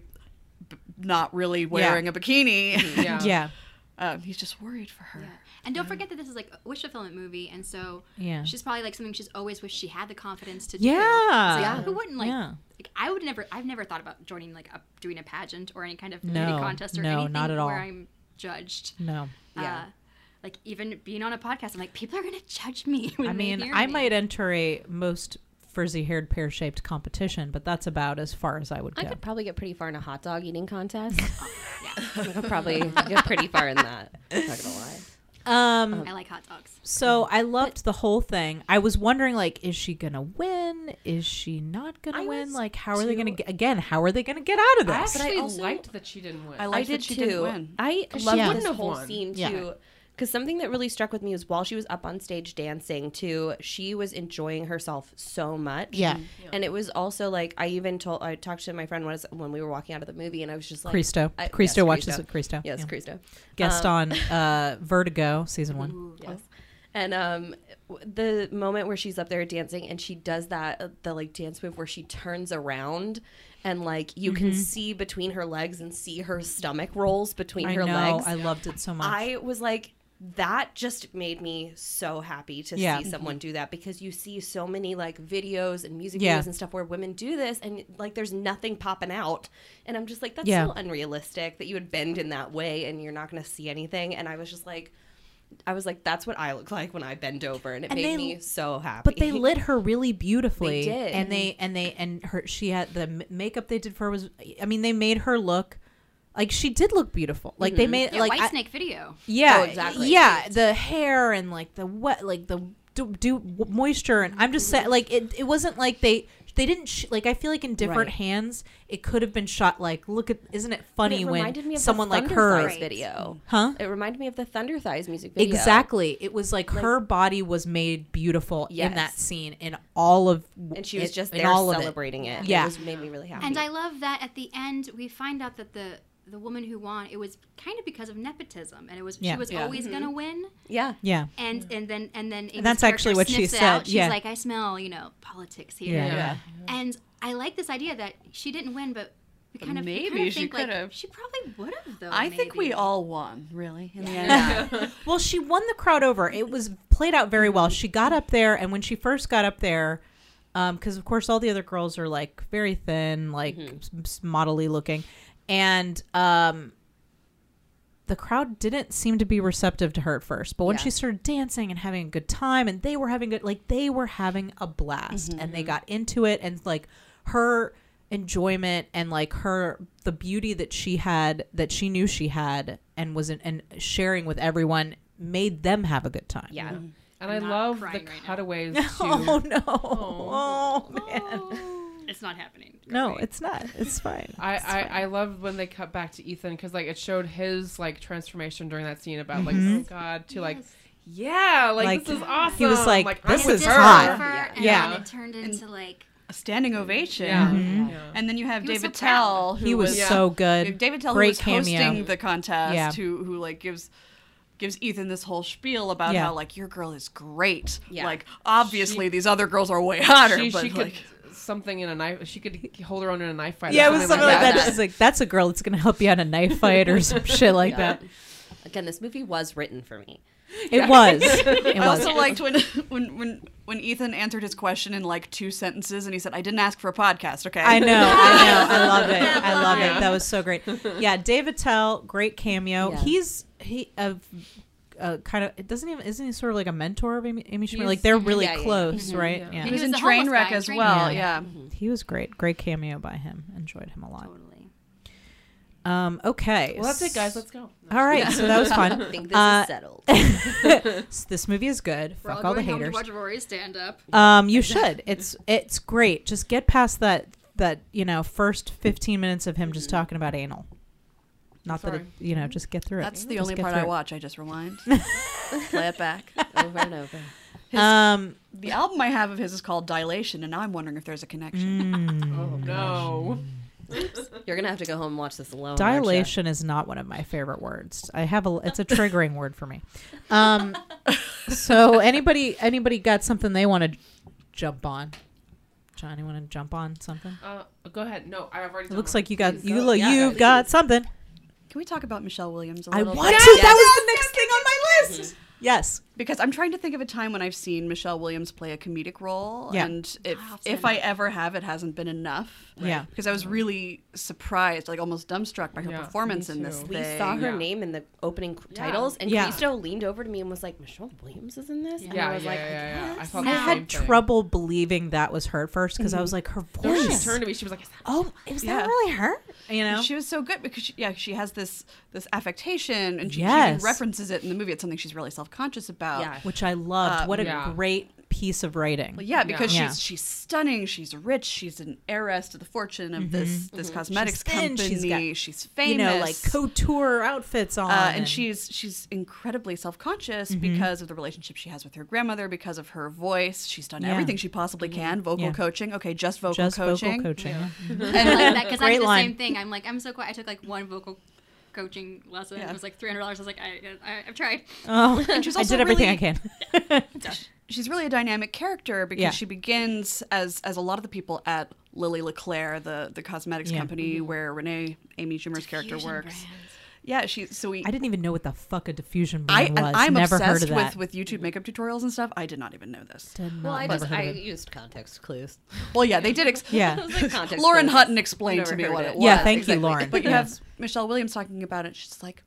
Speaker 8: b- not really wearing a bikini.
Speaker 9: Mm-hmm. Yeah.
Speaker 2: Yeah.
Speaker 8: um, he's just worried for her.
Speaker 4: And don't forget that this is like a wish fulfillment movie, and so
Speaker 2: Yeah.
Speaker 4: she's probably like something she's always wished she had the confidence to do.
Speaker 2: Yeah.
Speaker 4: It's like, "Oh, who wouldn't like?
Speaker 2: Yeah.
Speaker 4: like, I would never. I've never thought about joining like a, doing a pageant or any kind of beauty
Speaker 2: No,
Speaker 4: contest or
Speaker 2: no,
Speaker 4: anything
Speaker 2: not at all.
Speaker 4: where I'm judged.
Speaker 2: No.
Speaker 4: Yeah. Uh, like even being on a podcast, I'm like, people are gonna judge me. When
Speaker 2: I
Speaker 4: they
Speaker 2: mean,
Speaker 4: hear
Speaker 2: I
Speaker 4: me.
Speaker 2: might enter a most frizzy haired pear shaped competition, but that's about as far as I would
Speaker 3: I
Speaker 2: go.
Speaker 3: could probably get pretty far in a hot dog eating contest. yeah. I could probably get pretty far in that. I'm not gonna lie.
Speaker 2: um,
Speaker 4: I like hot dogs.
Speaker 2: so
Speaker 3: Mm-hmm.
Speaker 2: I loved the whole thing. I was wondering, like, is she gonna win? Is she not gonna
Speaker 3: I
Speaker 2: win?
Speaker 3: was
Speaker 2: Like, how are they
Speaker 3: too-
Speaker 2: gonna get again? How are they gonna get out of
Speaker 9: I
Speaker 2: this?
Speaker 9: actually
Speaker 3: also-
Speaker 9: liked that she didn't win.
Speaker 8: I
Speaker 3: I
Speaker 8: liked
Speaker 3: did
Speaker 8: that she
Speaker 3: too.
Speaker 8: didn't win.
Speaker 3: I
Speaker 2: she
Speaker 3: love
Speaker 2: wouldn't
Speaker 3: this
Speaker 9: have
Speaker 3: whole
Speaker 9: won.
Speaker 3: scene
Speaker 2: Yeah.
Speaker 3: too. Because something that really struck with me was while she was up on stage dancing too, she was enjoying herself so much.
Speaker 2: Yeah. Mhm.
Speaker 3: And it was also like I even told I talked to my friend was when we were walking out of the movie and I was just like
Speaker 2: Cristo.
Speaker 3: I-
Speaker 2: Cristo watches with Cristo.
Speaker 3: Yes,
Speaker 2: Yeah.
Speaker 3: Cristo.
Speaker 2: Guest on
Speaker 3: um,
Speaker 2: uh, Vertigo season one.
Speaker 3: Yes. And um, w- the moment where she's up there dancing and she does that, uh, the like dance move where she turns around and like you can
Speaker 2: Mm-hmm.
Speaker 3: see between her legs and see her stomach rolls between
Speaker 2: I
Speaker 3: her
Speaker 2: know.
Speaker 3: legs.
Speaker 2: I loved it so much.
Speaker 3: I was like, that just made me so happy to
Speaker 2: Yeah. Mm-hmm.
Speaker 3: see someone do that because you see so many like videos and music
Speaker 2: Yeah.
Speaker 3: videos and stuff where women do this and like there's nothing popping out. And I'm just like, that's
Speaker 2: Yeah.
Speaker 3: so unrealistic that you would bend in that way and you're not going to see anything. And I was just like, I was like, that's what I look like when I bend over. And it
Speaker 2: And
Speaker 3: made
Speaker 2: they-
Speaker 3: me so happy.
Speaker 2: But they lit her really beautifully.
Speaker 3: They did.
Speaker 2: And they and they and her she had the m- makeup they did for her was I mean they made her look like she did look beautiful. Like
Speaker 3: Mm-hmm.
Speaker 2: they made
Speaker 4: Yeah,
Speaker 2: like
Speaker 4: White
Speaker 2: I-
Speaker 4: Snake video.
Speaker 2: yeah,
Speaker 3: Oh, exactly.
Speaker 2: Yeah, the hair and like the wet like the do, do moisture and I'm just saying like it it wasn't like they they didn't sh- like I feel like in different
Speaker 3: Right.
Speaker 2: hands it could have been shot like look at isn't it
Speaker 3: And
Speaker 2: funny
Speaker 3: it reminded me
Speaker 2: when
Speaker 3: of
Speaker 2: someone
Speaker 3: the
Speaker 2: like
Speaker 3: Thunder
Speaker 2: her
Speaker 3: Thighs video.
Speaker 2: Huh?
Speaker 3: It reminded me of the Thunder Thighs music video.
Speaker 2: Exactly. It was like, her body was made beautiful in that
Speaker 3: Yes.
Speaker 2: scene in all of
Speaker 3: And she was
Speaker 2: in-
Speaker 3: just
Speaker 2: in
Speaker 3: there
Speaker 2: all of it.
Speaker 3: celebrating it.
Speaker 2: Yeah.
Speaker 3: It was, made me really happy.
Speaker 4: And I love that at the end we find out that the the woman who won it was kind of because of nepotism and it was
Speaker 2: Yeah. Mm-hmm.
Speaker 4: she was
Speaker 8: Yeah.
Speaker 4: always gonna win
Speaker 3: yeah.
Speaker 2: Yeah.
Speaker 4: and and then and then Amy's
Speaker 2: that's actually
Speaker 4: character
Speaker 2: what she
Speaker 4: sniffs it out.
Speaker 2: said,
Speaker 4: She's
Speaker 2: yeah.
Speaker 4: like I smell you know politics here
Speaker 2: Yeah.
Speaker 9: Yeah.
Speaker 4: and I like this idea that she didn't win but we kind of we
Speaker 8: maybe
Speaker 4: kind of
Speaker 8: she
Speaker 4: think, like,
Speaker 8: could've.
Speaker 4: she probably would have though
Speaker 8: I think we
Speaker 4: maybe.
Speaker 8: all won, really. In the end,
Speaker 2: Well, she won the crowd over. It was played out very well. She got up there, and when she first got up there, because of course all the other girls are like very thin, like s- modelly looking, and um, the crowd didn't seem to be receptive to her at first. But when she started dancing and having a good time, and they were having good, like they were having a blast, and they got into it, and like her enjoyment and like her the beauty that she had that she knew she had and was in, and sharing with everyone made them have a good time.
Speaker 3: Yeah.
Speaker 9: And I
Speaker 4: I'm not
Speaker 9: love the
Speaker 4: crying right now.
Speaker 9: cutaways
Speaker 2: Oh
Speaker 9: to.
Speaker 2: no. Oh, man.
Speaker 4: it's not happening
Speaker 2: No, it's not. It's fine.
Speaker 9: I, I, I love when they cut back to Ethan because like it showed his like transformation during that scene about like oh god to like yeah, like,
Speaker 2: Mm-hmm. Like,
Speaker 9: this is awesome.
Speaker 2: he was like,
Speaker 9: I'm
Speaker 2: this
Speaker 9: with
Speaker 2: is
Speaker 9: her.
Speaker 2: hot.
Speaker 4: Yeah. And
Speaker 2: Yeah.
Speaker 4: then it turned into like
Speaker 8: A standing ovation.
Speaker 9: Yeah. Mm-hmm.
Speaker 2: Mm-hmm.
Speaker 8: And then you have
Speaker 4: He was
Speaker 8: David
Speaker 4: so proud.
Speaker 8: Tell, who
Speaker 2: He was
Speaker 9: Yeah.
Speaker 2: so good.
Speaker 8: David Tell
Speaker 2: Great
Speaker 8: who was
Speaker 2: cameo.
Speaker 8: hosting the contest,
Speaker 2: Yeah.
Speaker 8: who who like gives gives Ethan this whole spiel about
Speaker 2: Yeah.
Speaker 8: how like your girl is great.
Speaker 3: Yeah.
Speaker 8: Like obviously these other girls are way hotter,
Speaker 9: She,
Speaker 8: but
Speaker 9: she could
Speaker 8: like
Speaker 9: something in a knife. She could hold her own in a knife fight. or
Speaker 2: Yeah, it was something like that.
Speaker 8: that.
Speaker 2: It's like that's a girl that's gonna help you on a knife fight or some shit like that.
Speaker 3: Again, this movie was written for me.
Speaker 2: It was. It
Speaker 8: I
Speaker 2: was.
Speaker 8: also liked when when when when Ethan answered his question in like two sentences and he said, I didn't ask for a podcast, okay?
Speaker 2: I know, I know, I love it, I love it. That was so great. Yeah, David Tell, great cameo.
Speaker 3: Yeah.
Speaker 2: He's he of. Uh, kind of, it doesn't even isn't he sort of like a mentor of Amy, Amy Schumer?
Speaker 9: He's-
Speaker 2: Like they're really
Speaker 3: yeah, Mm-hmm. yeah,
Speaker 2: close, right? Yeah,
Speaker 8: He was
Speaker 4: He
Speaker 8: in
Speaker 4: was the homeless
Speaker 8: Trainwreck
Speaker 4: guy,
Speaker 8: as
Speaker 4: Trainwreck.
Speaker 8: well,
Speaker 4: Yeah.
Speaker 8: yeah.
Speaker 2: he was great. Great cameo by him. Enjoyed him a lot.
Speaker 4: totally.
Speaker 2: Um, okay,
Speaker 9: Well, that's it, guys. Let's go.
Speaker 2: All right, so that was fun.
Speaker 3: I think this
Speaker 2: Uh,
Speaker 3: is settled.
Speaker 2: So this movie is good.
Speaker 4: We're
Speaker 2: Fuck
Speaker 4: all
Speaker 2: all the
Speaker 4: going home to
Speaker 2: haters.
Speaker 4: watch Rory stand up.
Speaker 2: Um, you should. It's it's great. Just get past that that you know first fifteen minutes of him
Speaker 8: Mm-hmm.
Speaker 2: just talking about anal. Not that it,
Speaker 9: Sorry.
Speaker 2: you know, just get through it.
Speaker 8: That's the
Speaker 2: Just
Speaker 8: only
Speaker 2: get
Speaker 8: part
Speaker 2: through
Speaker 8: I
Speaker 2: it.
Speaker 8: watch. I just rewind. Play it back.
Speaker 3: over and over.
Speaker 2: Um,
Speaker 8: The album I have of his is called Dilation, and now I'm wondering if there's a
Speaker 2: Mm.
Speaker 8: connection.
Speaker 9: Oh no.
Speaker 3: You're gonna have to go home and watch this alone. aren't ya?
Speaker 2: dilation is not one of my favorite words. I have a. It's a triggering word for me. Um, so anybody anybody got something they want to jump on? John, you want to jump on something?
Speaker 9: Uh, go ahead. No, I've already.
Speaker 2: It looks like you got you.
Speaker 3: go.
Speaker 2: look
Speaker 3: Yeah,
Speaker 2: you've
Speaker 3: please.
Speaker 2: got something.
Speaker 8: Can we talk about Michelle Williams a
Speaker 2: I
Speaker 8: little?
Speaker 2: want
Speaker 8: bit? Mm-hmm.
Speaker 2: to. That was the next thing on my list. Yes.
Speaker 8: because I'm trying to think of a time when I've seen Michelle Williams play a comedic role,
Speaker 2: Yeah.
Speaker 8: and if if I ever have, it hasn't been enough.
Speaker 2: Yeah.
Speaker 8: because I was really surprised, like almost dumbstruck by her
Speaker 9: Yeah,
Speaker 8: performance
Speaker 9: me
Speaker 8: in this
Speaker 9: too.
Speaker 8: thing.
Speaker 3: We saw her
Speaker 9: Yeah.
Speaker 3: name in the opening c- titles, and
Speaker 2: Yeah.
Speaker 3: Cristo leaned over to me and was like, "Michelle Williams is in this." And
Speaker 9: Yeah,
Speaker 3: I was
Speaker 9: yeah,
Speaker 3: like,
Speaker 9: yeah, yeah, I
Speaker 3: "What?"
Speaker 9: felt
Speaker 2: I
Speaker 9: the same
Speaker 2: had
Speaker 9: thing.
Speaker 2: trouble believing that was her at first because
Speaker 8: Mm-hmm.
Speaker 2: I was like, her
Speaker 9: No,
Speaker 2: voice.
Speaker 9: She turned to me. She was like, "Is that
Speaker 2: Oh, is
Speaker 8: Yeah.
Speaker 2: that really her? You know,
Speaker 8: She was so good because she, yeah, she has this this affectation, and she, she
Speaker 2: Yes.
Speaker 8: even references it in the movie. It's something she's really self conscious about.
Speaker 3: Yeah.
Speaker 2: which I loved.
Speaker 8: Uh,
Speaker 2: what a
Speaker 9: yeah.
Speaker 2: great piece of writing.
Speaker 8: Well, yeah, because
Speaker 2: Yeah.
Speaker 8: she's she's stunning. She's rich. She's an heiress to the fortune of this this
Speaker 9: Mm-hmm.
Speaker 8: cosmetics
Speaker 2: Mm-hmm. She's thin,
Speaker 8: company.
Speaker 2: she's
Speaker 8: She's,
Speaker 2: got,
Speaker 8: famous.
Speaker 2: you know, like couture outfits on,
Speaker 8: uh, and she's she's incredibly self conscious
Speaker 2: Mm-hmm.
Speaker 8: because of the relationship she has with her grandmother, because of her voice. She's done
Speaker 2: Yeah.
Speaker 8: everything she possibly can. Vocal
Speaker 2: Yeah.
Speaker 8: coaching, okay, just vocal
Speaker 2: just
Speaker 8: coaching.
Speaker 2: vocal coaching.
Speaker 4: I like that because I
Speaker 2: Great
Speaker 4: did the
Speaker 2: line.
Speaker 4: same thing. I'm like, I'm so quiet. I took like one vocal coaching lesson. It was like three hundred dollars. I was like, I, I, I've tried.
Speaker 2: Oh,
Speaker 8: she's
Speaker 2: I
Speaker 8: also
Speaker 2: did everything
Speaker 8: really-
Speaker 2: I can.
Speaker 8: She's really a dynamic character because
Speaker 2: Yeah.
Speaker 8: she begins as as a lot of the people at Lily LeClaire, the the cosmetics
Speaker 2: Yeah. Mm-hmm.
Speaker 8: company where Renee Amy Schumer's character works. Yeah, she so we
Speaker 2: I didn't even know what the fuck a diffusion
Speaker 8: I
Speaker 2: brand
Speaker 8: and
Speaker 2: was.
Speaker 8: I'm
Speaker 2: Never
Speaker 8: obsessed
Speaker 2: heard of that.
Speaker 8: with with YouTube makeup tutorials and stuff. I did not even know this.
Speaker 2: Did
Speaker 3: Well,
Speaker 2: not-
Speaker 3: I
Speaker 2: never
Speaker 3: just
Speaker 2: heard
Speaker 3: I
Speaker 2: of it.
Speaker 3: used context clues.
Speaker 8: Well, yeah, they did. Ex-
Speaker 3: It
Speaker 2: Yeah,
Speaker 3: was like context
Speaker 8: Lauren
Speaker 3: clues.
Speaker 8: Hutton explained
Speaker 3: Never
Speaker 8: to me
Speaker 3: heard
Speaker 8: what
Speaker 3: it.
Speaker 8: it was.
Speaker 2: yeah. Thank you,
Speaker 3: exactly.
Speaker 2: Lauren.
Speaker 8: But you
Speaker 2: Yes.
Speaker 8: have Michelle Williams talking about it. She's like,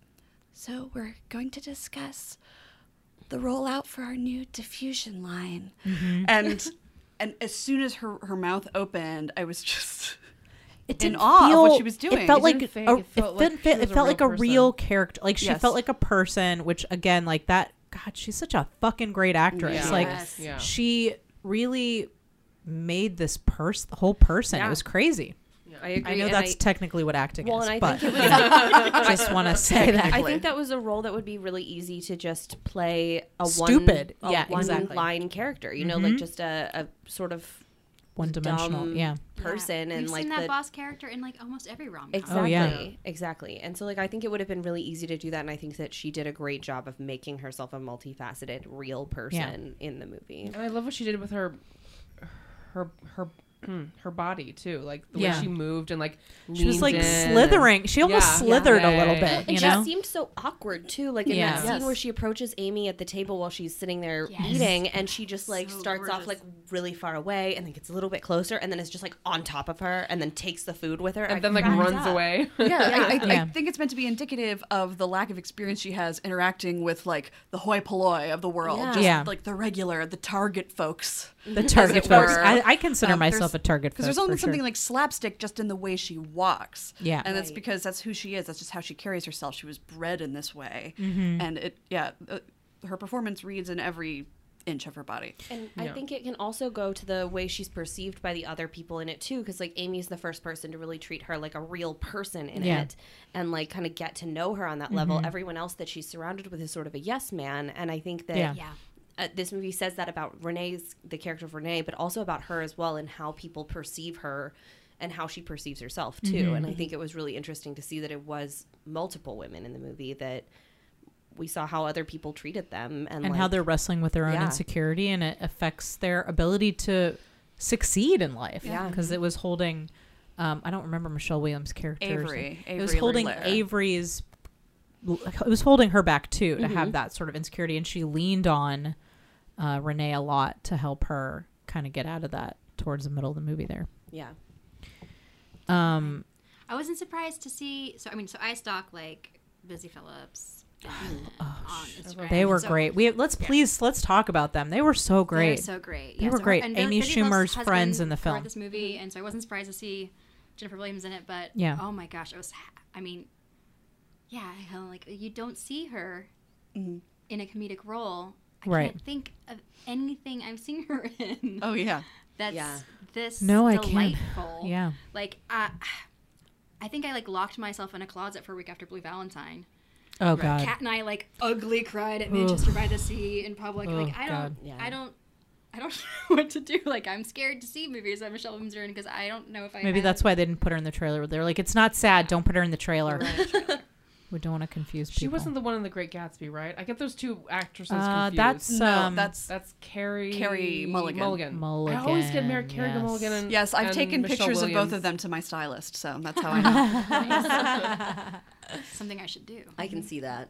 Speaker 8: "So we're going to discuss the rollout for our new diffusion line,"
Speaker 2: Mm-hmm.
Speaker 8: and and as soon as her her mouth opened, I was just
Speaker 2: it
Speaker 8: in
Speaker 2: didn't
Speaker 8: awe of what
Speaker 2: feel-
Speaker 8: she was doing.
Speaker 2: It felt
Speaker 9: It
Speaker 2: like
Speaker 9: didn't fake,
Speaker 2: a,
Speaker 9: it felt like
Speaker 2: it
Speaker 9: she
Speaker 2: felt,
Speaker 9: was
Speaker 2: it
Speaker 9: a
Speaker 2: felt
Speaker 9: real
Speaker 2: like a real
Speaker 9: person.
Speaker 2: character. Like she
Speaker 8: Yes.
Speaker 2: felt like a person, which again, like that. God, she's such a fucking great actress.
Speaker 9: Yeah.
Speaker 2: Like
Speaker 4: Yes.
Speaker 9: Yeah.
Speaker 2: she really made this person, the whole person. It
Speaker 3: Yeah.
Speaker 2: was crazy.
Speaker 3: I agree.
Speaker 2: I know
Speaker 3: and
Speaker 2: that's technically what acting
Speaker 3: Well,
Speaker 2: is,
Speaker 3: and I
Speaker 2: but
Speaker 3: think
Speaker 2: just want to say that.
Speaker 3: I think that was a role that would be really easy to just play a
Speaker 2: Stupid.
Speaker 3: one, a
Speaker 2: Yeah,
Speaker 3: one
Speaker 2: exactly. Mm-hmm.
Speaker 3: line character. You know, like just a, a sort of
Speaker 2: One dimensional.
Speaker 3: dumb
Speaker 2: Yeah.
Speaker 3: person
Speaker 4: Yeah.
Speaker 3: and
Speaker 4: We've
Speaker 3: like
Speaker 4: seen that
Speaker 3: the
Speaker 4: boss character in like almost every rom.
Speaker 3: Exactly.
Speaker 2: Oh, yeah.
Speaker 3: Exactly. And so, like, I think it would have been really easy to do that. And I think that she did a great job of making herself a multifaceted, real person in the movie.
Speaker 9: And I love what she did with her, her her mm, her body too. Like the
Speaker 2: Yeah.
Speaker 9: way she moved and like
Speaker 2: She was like
Speaker 9: leaned in and-
Speaker 2: slithering. She almost
Speaker 9: Yeah.
Speaker 2: slithered a
Speaker 9: Yeah,
Speaker 2: little
Speaker 9: yeah, yeah.
Speaker 2: bit,
Speaker 3: And
Speaker 2: you
Speaker 3: she
Speaker 2: know?
Speaker 3: seemed so awkward, too. Like, in
Speaker 2: Yeah.
Speaker 3: that scene
Speaker 8: Yes.
Speaker 3: where she approaches Amy at the table while she's sitting there
Speaker 4: Yes.
Speaker 3: eating, and she just, like,
Speaker 4: So
Speaker 3: starts off, like,
Speaker 4: gorgeous.
Speaker 3: really far away and then gets a little bit closer and then is just, like, on top of her and then takes the food with her.
Speaker 9: and then like runs away.
Speaker 8: Yeah, I, I,
Speaker 2: Yeah.
Speaker 8: I think it's meant to be indicative of the lack of experience she has interacting with like the hoi polloi of the world,
Speaker 3: Yeah.
Speaker 8: just
Speaker 2: Yeah.
Speaker 8: like the regular, the target folks.
Speaker 2: The target folks.
Speaker 8: were.
Speaker 2: I, I consider
Speaker 8: Um, there's-
Speaker 2: myself a target
Speaker 8: Because there's
Speaker 2: folk for
Speaker 8: only something
Speaker 2: sure.
Speaker 8: like slapstick just in the way she walks.
Speaker 2: Yeah.
Speaker 8: and that's
Speaker 3: Right.
Speaker 8: because that's who she is. That's just how she carries
Speaker 2: Mm-hmm.
Speaker 8: herself. She was bred in this way, and it yeah, uh, her performance reads in every inch of her body.
Speaker 3: And I think it can also go to the way she's perceived by the other people in it too, because like Amy's the first person to really treat her like a real person in
Speaker 2: Yeah. Mm-hmm.
Speaker 3: it, and like kind of get to know her on that level. Everyone else that she's surrounded with is sort of a yes man, and I think that
Speaker 2: Yeah.
Speaker 4: Yeah.
Speaker 3: uh, this movie says that about Renee's the character of Renee, but also about her as well and how people perceive her and how she perceives herself too.
Speaker 2: Mm-hmm.
Speaker 3: And I think it was really interesting to see that it was multiple women in the movie that we saw how other people treated them and,
Speaker 2: and
Speaker 3: like,
Speaker 2: how they're wrestling with their own
Speaker 3: Yeah.
Speaker 2: insecurity and it affects their ability to succeed in life
Speaker 3: Yeah.
Speaker 2: because it was holding um, i don't remember michelle williams character
Speaker 8: Avery.
Speaker 2: it was
Speaker 8: Avery
Speaker 2: holding
Speaker 8: Lawler.
Speaker 2: avery's Mm-hmm. it was holding her back too to have that sort of insecurity and she leaned on uh, renee a lot to help her kind of get out of that towards the middle of the movie there
Speaker 3: yeah.
Speaker 2: um,
Speaker 4: I wasn't surprised to see. So I mean, so I stalk like Busy Phillips um, on Instagram.
Speaker 2: Oh, they were
Speaker 4: So
Speaker 2: great we let's please let's talk about them they were so
Speaker 4: they were
Speaker 2: great
Speaker 4: so great.
Speaker 2: They
Speaker 4: Yeah,
Speaker 2: were
Speaker 4: so
Speaker 2: great.
Speaker 4: and
Speaker 2: Amy
Speaker 4: Busy Phillips'
Speaker 2: Schumer's
Speaker 4: husband
Speaker 2: friends in the
Speaker 4: co-wrote
Speaker 2: film. Mm-hmm.
Speaker 4: This movie, and so I wasn't surprised to see Jennifer Williams in it. But
Speaker 2: Yeah.
Speaker 4: oh my gosh, I was. ha- I mean, yeah, I kinda like you don't see her in a comedic role. I
Speaker 2: Mm-hmm. Right.
Speaker 4: can't think of anything I've seen her in.
Speaker 8: Oh yeah.
Speaker 4: that's
Speaker 3: Yeah.
Speaker 4: this
Speaker 2: No, I can't.
Speaker 4: delightful.
Speaker 2: Yeah.
Speaker 4: Like I I think I like locked myself in a closet for a week after Blue Valentine.
Speaker 2: oh god
Speaker 4: Kat and I like ugly cried at Manchester by the Sea in public. like I don't
Speaker 3: Yeah.
Speaker 4: I don't I don't know what to do. Like I'm scared to see movies that Michelle Williams are in because I don't know if I
Speaker 2: Maybe
Speaker 4: have-
Speaker 2: that's why they didn't put her in the trailer. They're like, it's not sad. Don't put her in the trailer. we don't want to confuse people.
Speaker 9: She wasn't the one in The Great Gatsby, right? I get those two actresses
Speaker 2: Uh,
Speaker 9: confused.
Speaker 2: that's
Speaker 8: No,
Speaker 2: um,
Speaker 8: that's
Speaker 9: that's Carrie
Speaker 8: Carrie Mulligan.
Speaker 2: Mulligan.
Speaker 9: I always get married Carrie
Speaker 2: yes.
Speaker 9: Mulligan. And,
Speaker 8: Yes, I've
Speaker 9: and
Speaker 8: taken
Speaker 9: Michelle
Speaker 8: pictures of both
Speaker 9: Williams.
Speaker 8: of them to my stylist, so that's how I know.
Speaker 4: something I should do.
Speaker 3: I can see that.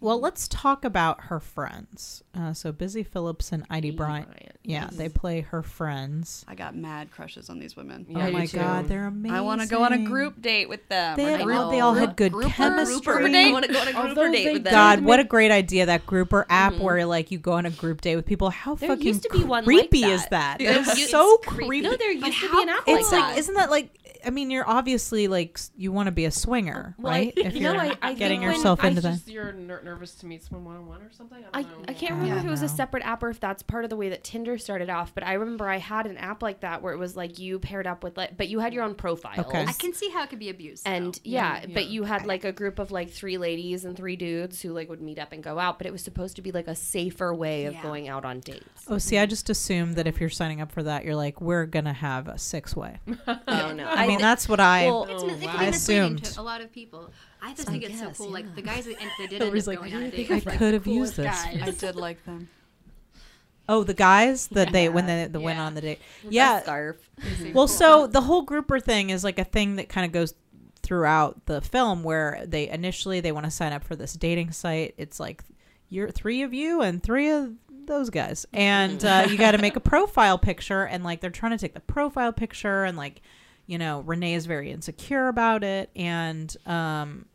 Speaker 2: Well, let's talk about her friends. Uh, so Busy Phillips and Heidi Bryant.
Speaker 9: Bryant,
Speaker 2: Yeah, they play her friends.
Speaker 8: I got mad crushes on these women.
Speaker 9: Yeah,
Speaker 2: oh
Speaker 9: me
Speaker 2: my
Speaker 9: too.
Speaker 2: god, they're amazing.
Speaker 8: I want to go on a group date with them.
Speaker 2: They,
Speaker 8: Or
Speaker 2: had-
Speaker 8: not-
Speaker 2: all- they all had good
Speaker 8: Grouper?
Speaker 2: chemistry.
Speaker 8: Grouper
Speaker 3: I
Speaker 8: date?
Speaker 3: want to go on a group
Speaker 9: Although
Speaker 3: date
Speaker 9: they
Speaker 3: with them.
Speaker 2: God, what a great idea that grouper app where like you go on a group date with people. How
Speaker 3: Mm-hmm. There
Speaker 2: fucking
Speaker 3: used to be one like
Speaker 2: creepy
Speaker 3: that.
Speaker 2: is that?
Speaker 3: There
Speaker 2: It's
Speaker 3: used-
Speaker 2: so
Speaker 3: it's
Speaker 2: creepy.
Speaker 3: No, there used to
Speaker 4: how
Speaker 3: be an app
Speaker 2: It's like,
Speaker 3: that.
Speaker 2: isn't that like? I mean, you're obviously like s- you want to be a swinger,
Speaker 3: Well, I-
Speaker 2: right?
Speaker 3: you know, I- I
Speaker 2: getting
Speaker 3: think when
Speaker 2: yourself
Speaker 9: I
Speaker 2: into that.
Speaker 9: just, You're ner- nervous to meet someone one on one or something. I
Speaker 3: I,
Speaker 9: don't know.
Speaker 3: I can't remember
Speaker 2: Yeah.
Speaker 3: if it was a
Speaker 2: No.
Speaker 3: separate app or if that's part of the way that Tinder started off, but I remember I had an app like that where it was like you paired up with like, but you had your own profiles.
Speaker 2: Okay.
Speaker 4: I can see how it could be abused.
Speaker 3: And
Speaker 4: though.
Speaker 3: yeah, but you had like a group of like three ladies and three dudes who like would meet up and go out, but it was supposed to be like a safer way of
Speaker 4: Yeah.
Speaker 3: going out on dates.
Speaker 2: Oh, see, I just assumed that if you're signing up for that, you're like, we're gonna have a six way.
Speaker 3: Oh no.
Speaker 2: I mean, that's what I.
Speaker 3: Well,
Speaker 4: It's, mis- it could
Speaker 2: Oh, I
Speaker 4: be misleading
Speaker 2: assumed.
Speaker 4: to a lot of people. I just think it's so
Speaker 3: guess,
Speaker 4: cool.
Speaker 3: yeah.
Speaker 4: Like the guys that and they did end up
Speaker 2: Everybody's like,
Speaker 4: going
Speaker 2: "Why
Speaker 4: on
Speaker 2: do
Speaker 4: a
Speaker 2: you
Speaker 4: date
Speaker 2: think I
Speaker 4: with, like,
Speaker 2: could
Speaker 4: the
Speaker 2: have used
Speaker 4: coolest
Speaker 2: this?"
Speaker 4: guys.
Speaker 8: I did like them.
Speaker 2: oh, the guys that they when they, they went on the date. Yeah.
Speaker 3: scarf.
Speaker 2: Well, so the whole grouper thing is like a thing that kind of goes throughout the film where they initially they want to sign up for this dating site. It's like you're three of you and three of those guys, and
Speaker 9: Mm-hmm.
Speaker 2: uh, you got to make a profile picture, and like they're trying to take the profile picture, and like you know Renee is very insecure about it, and um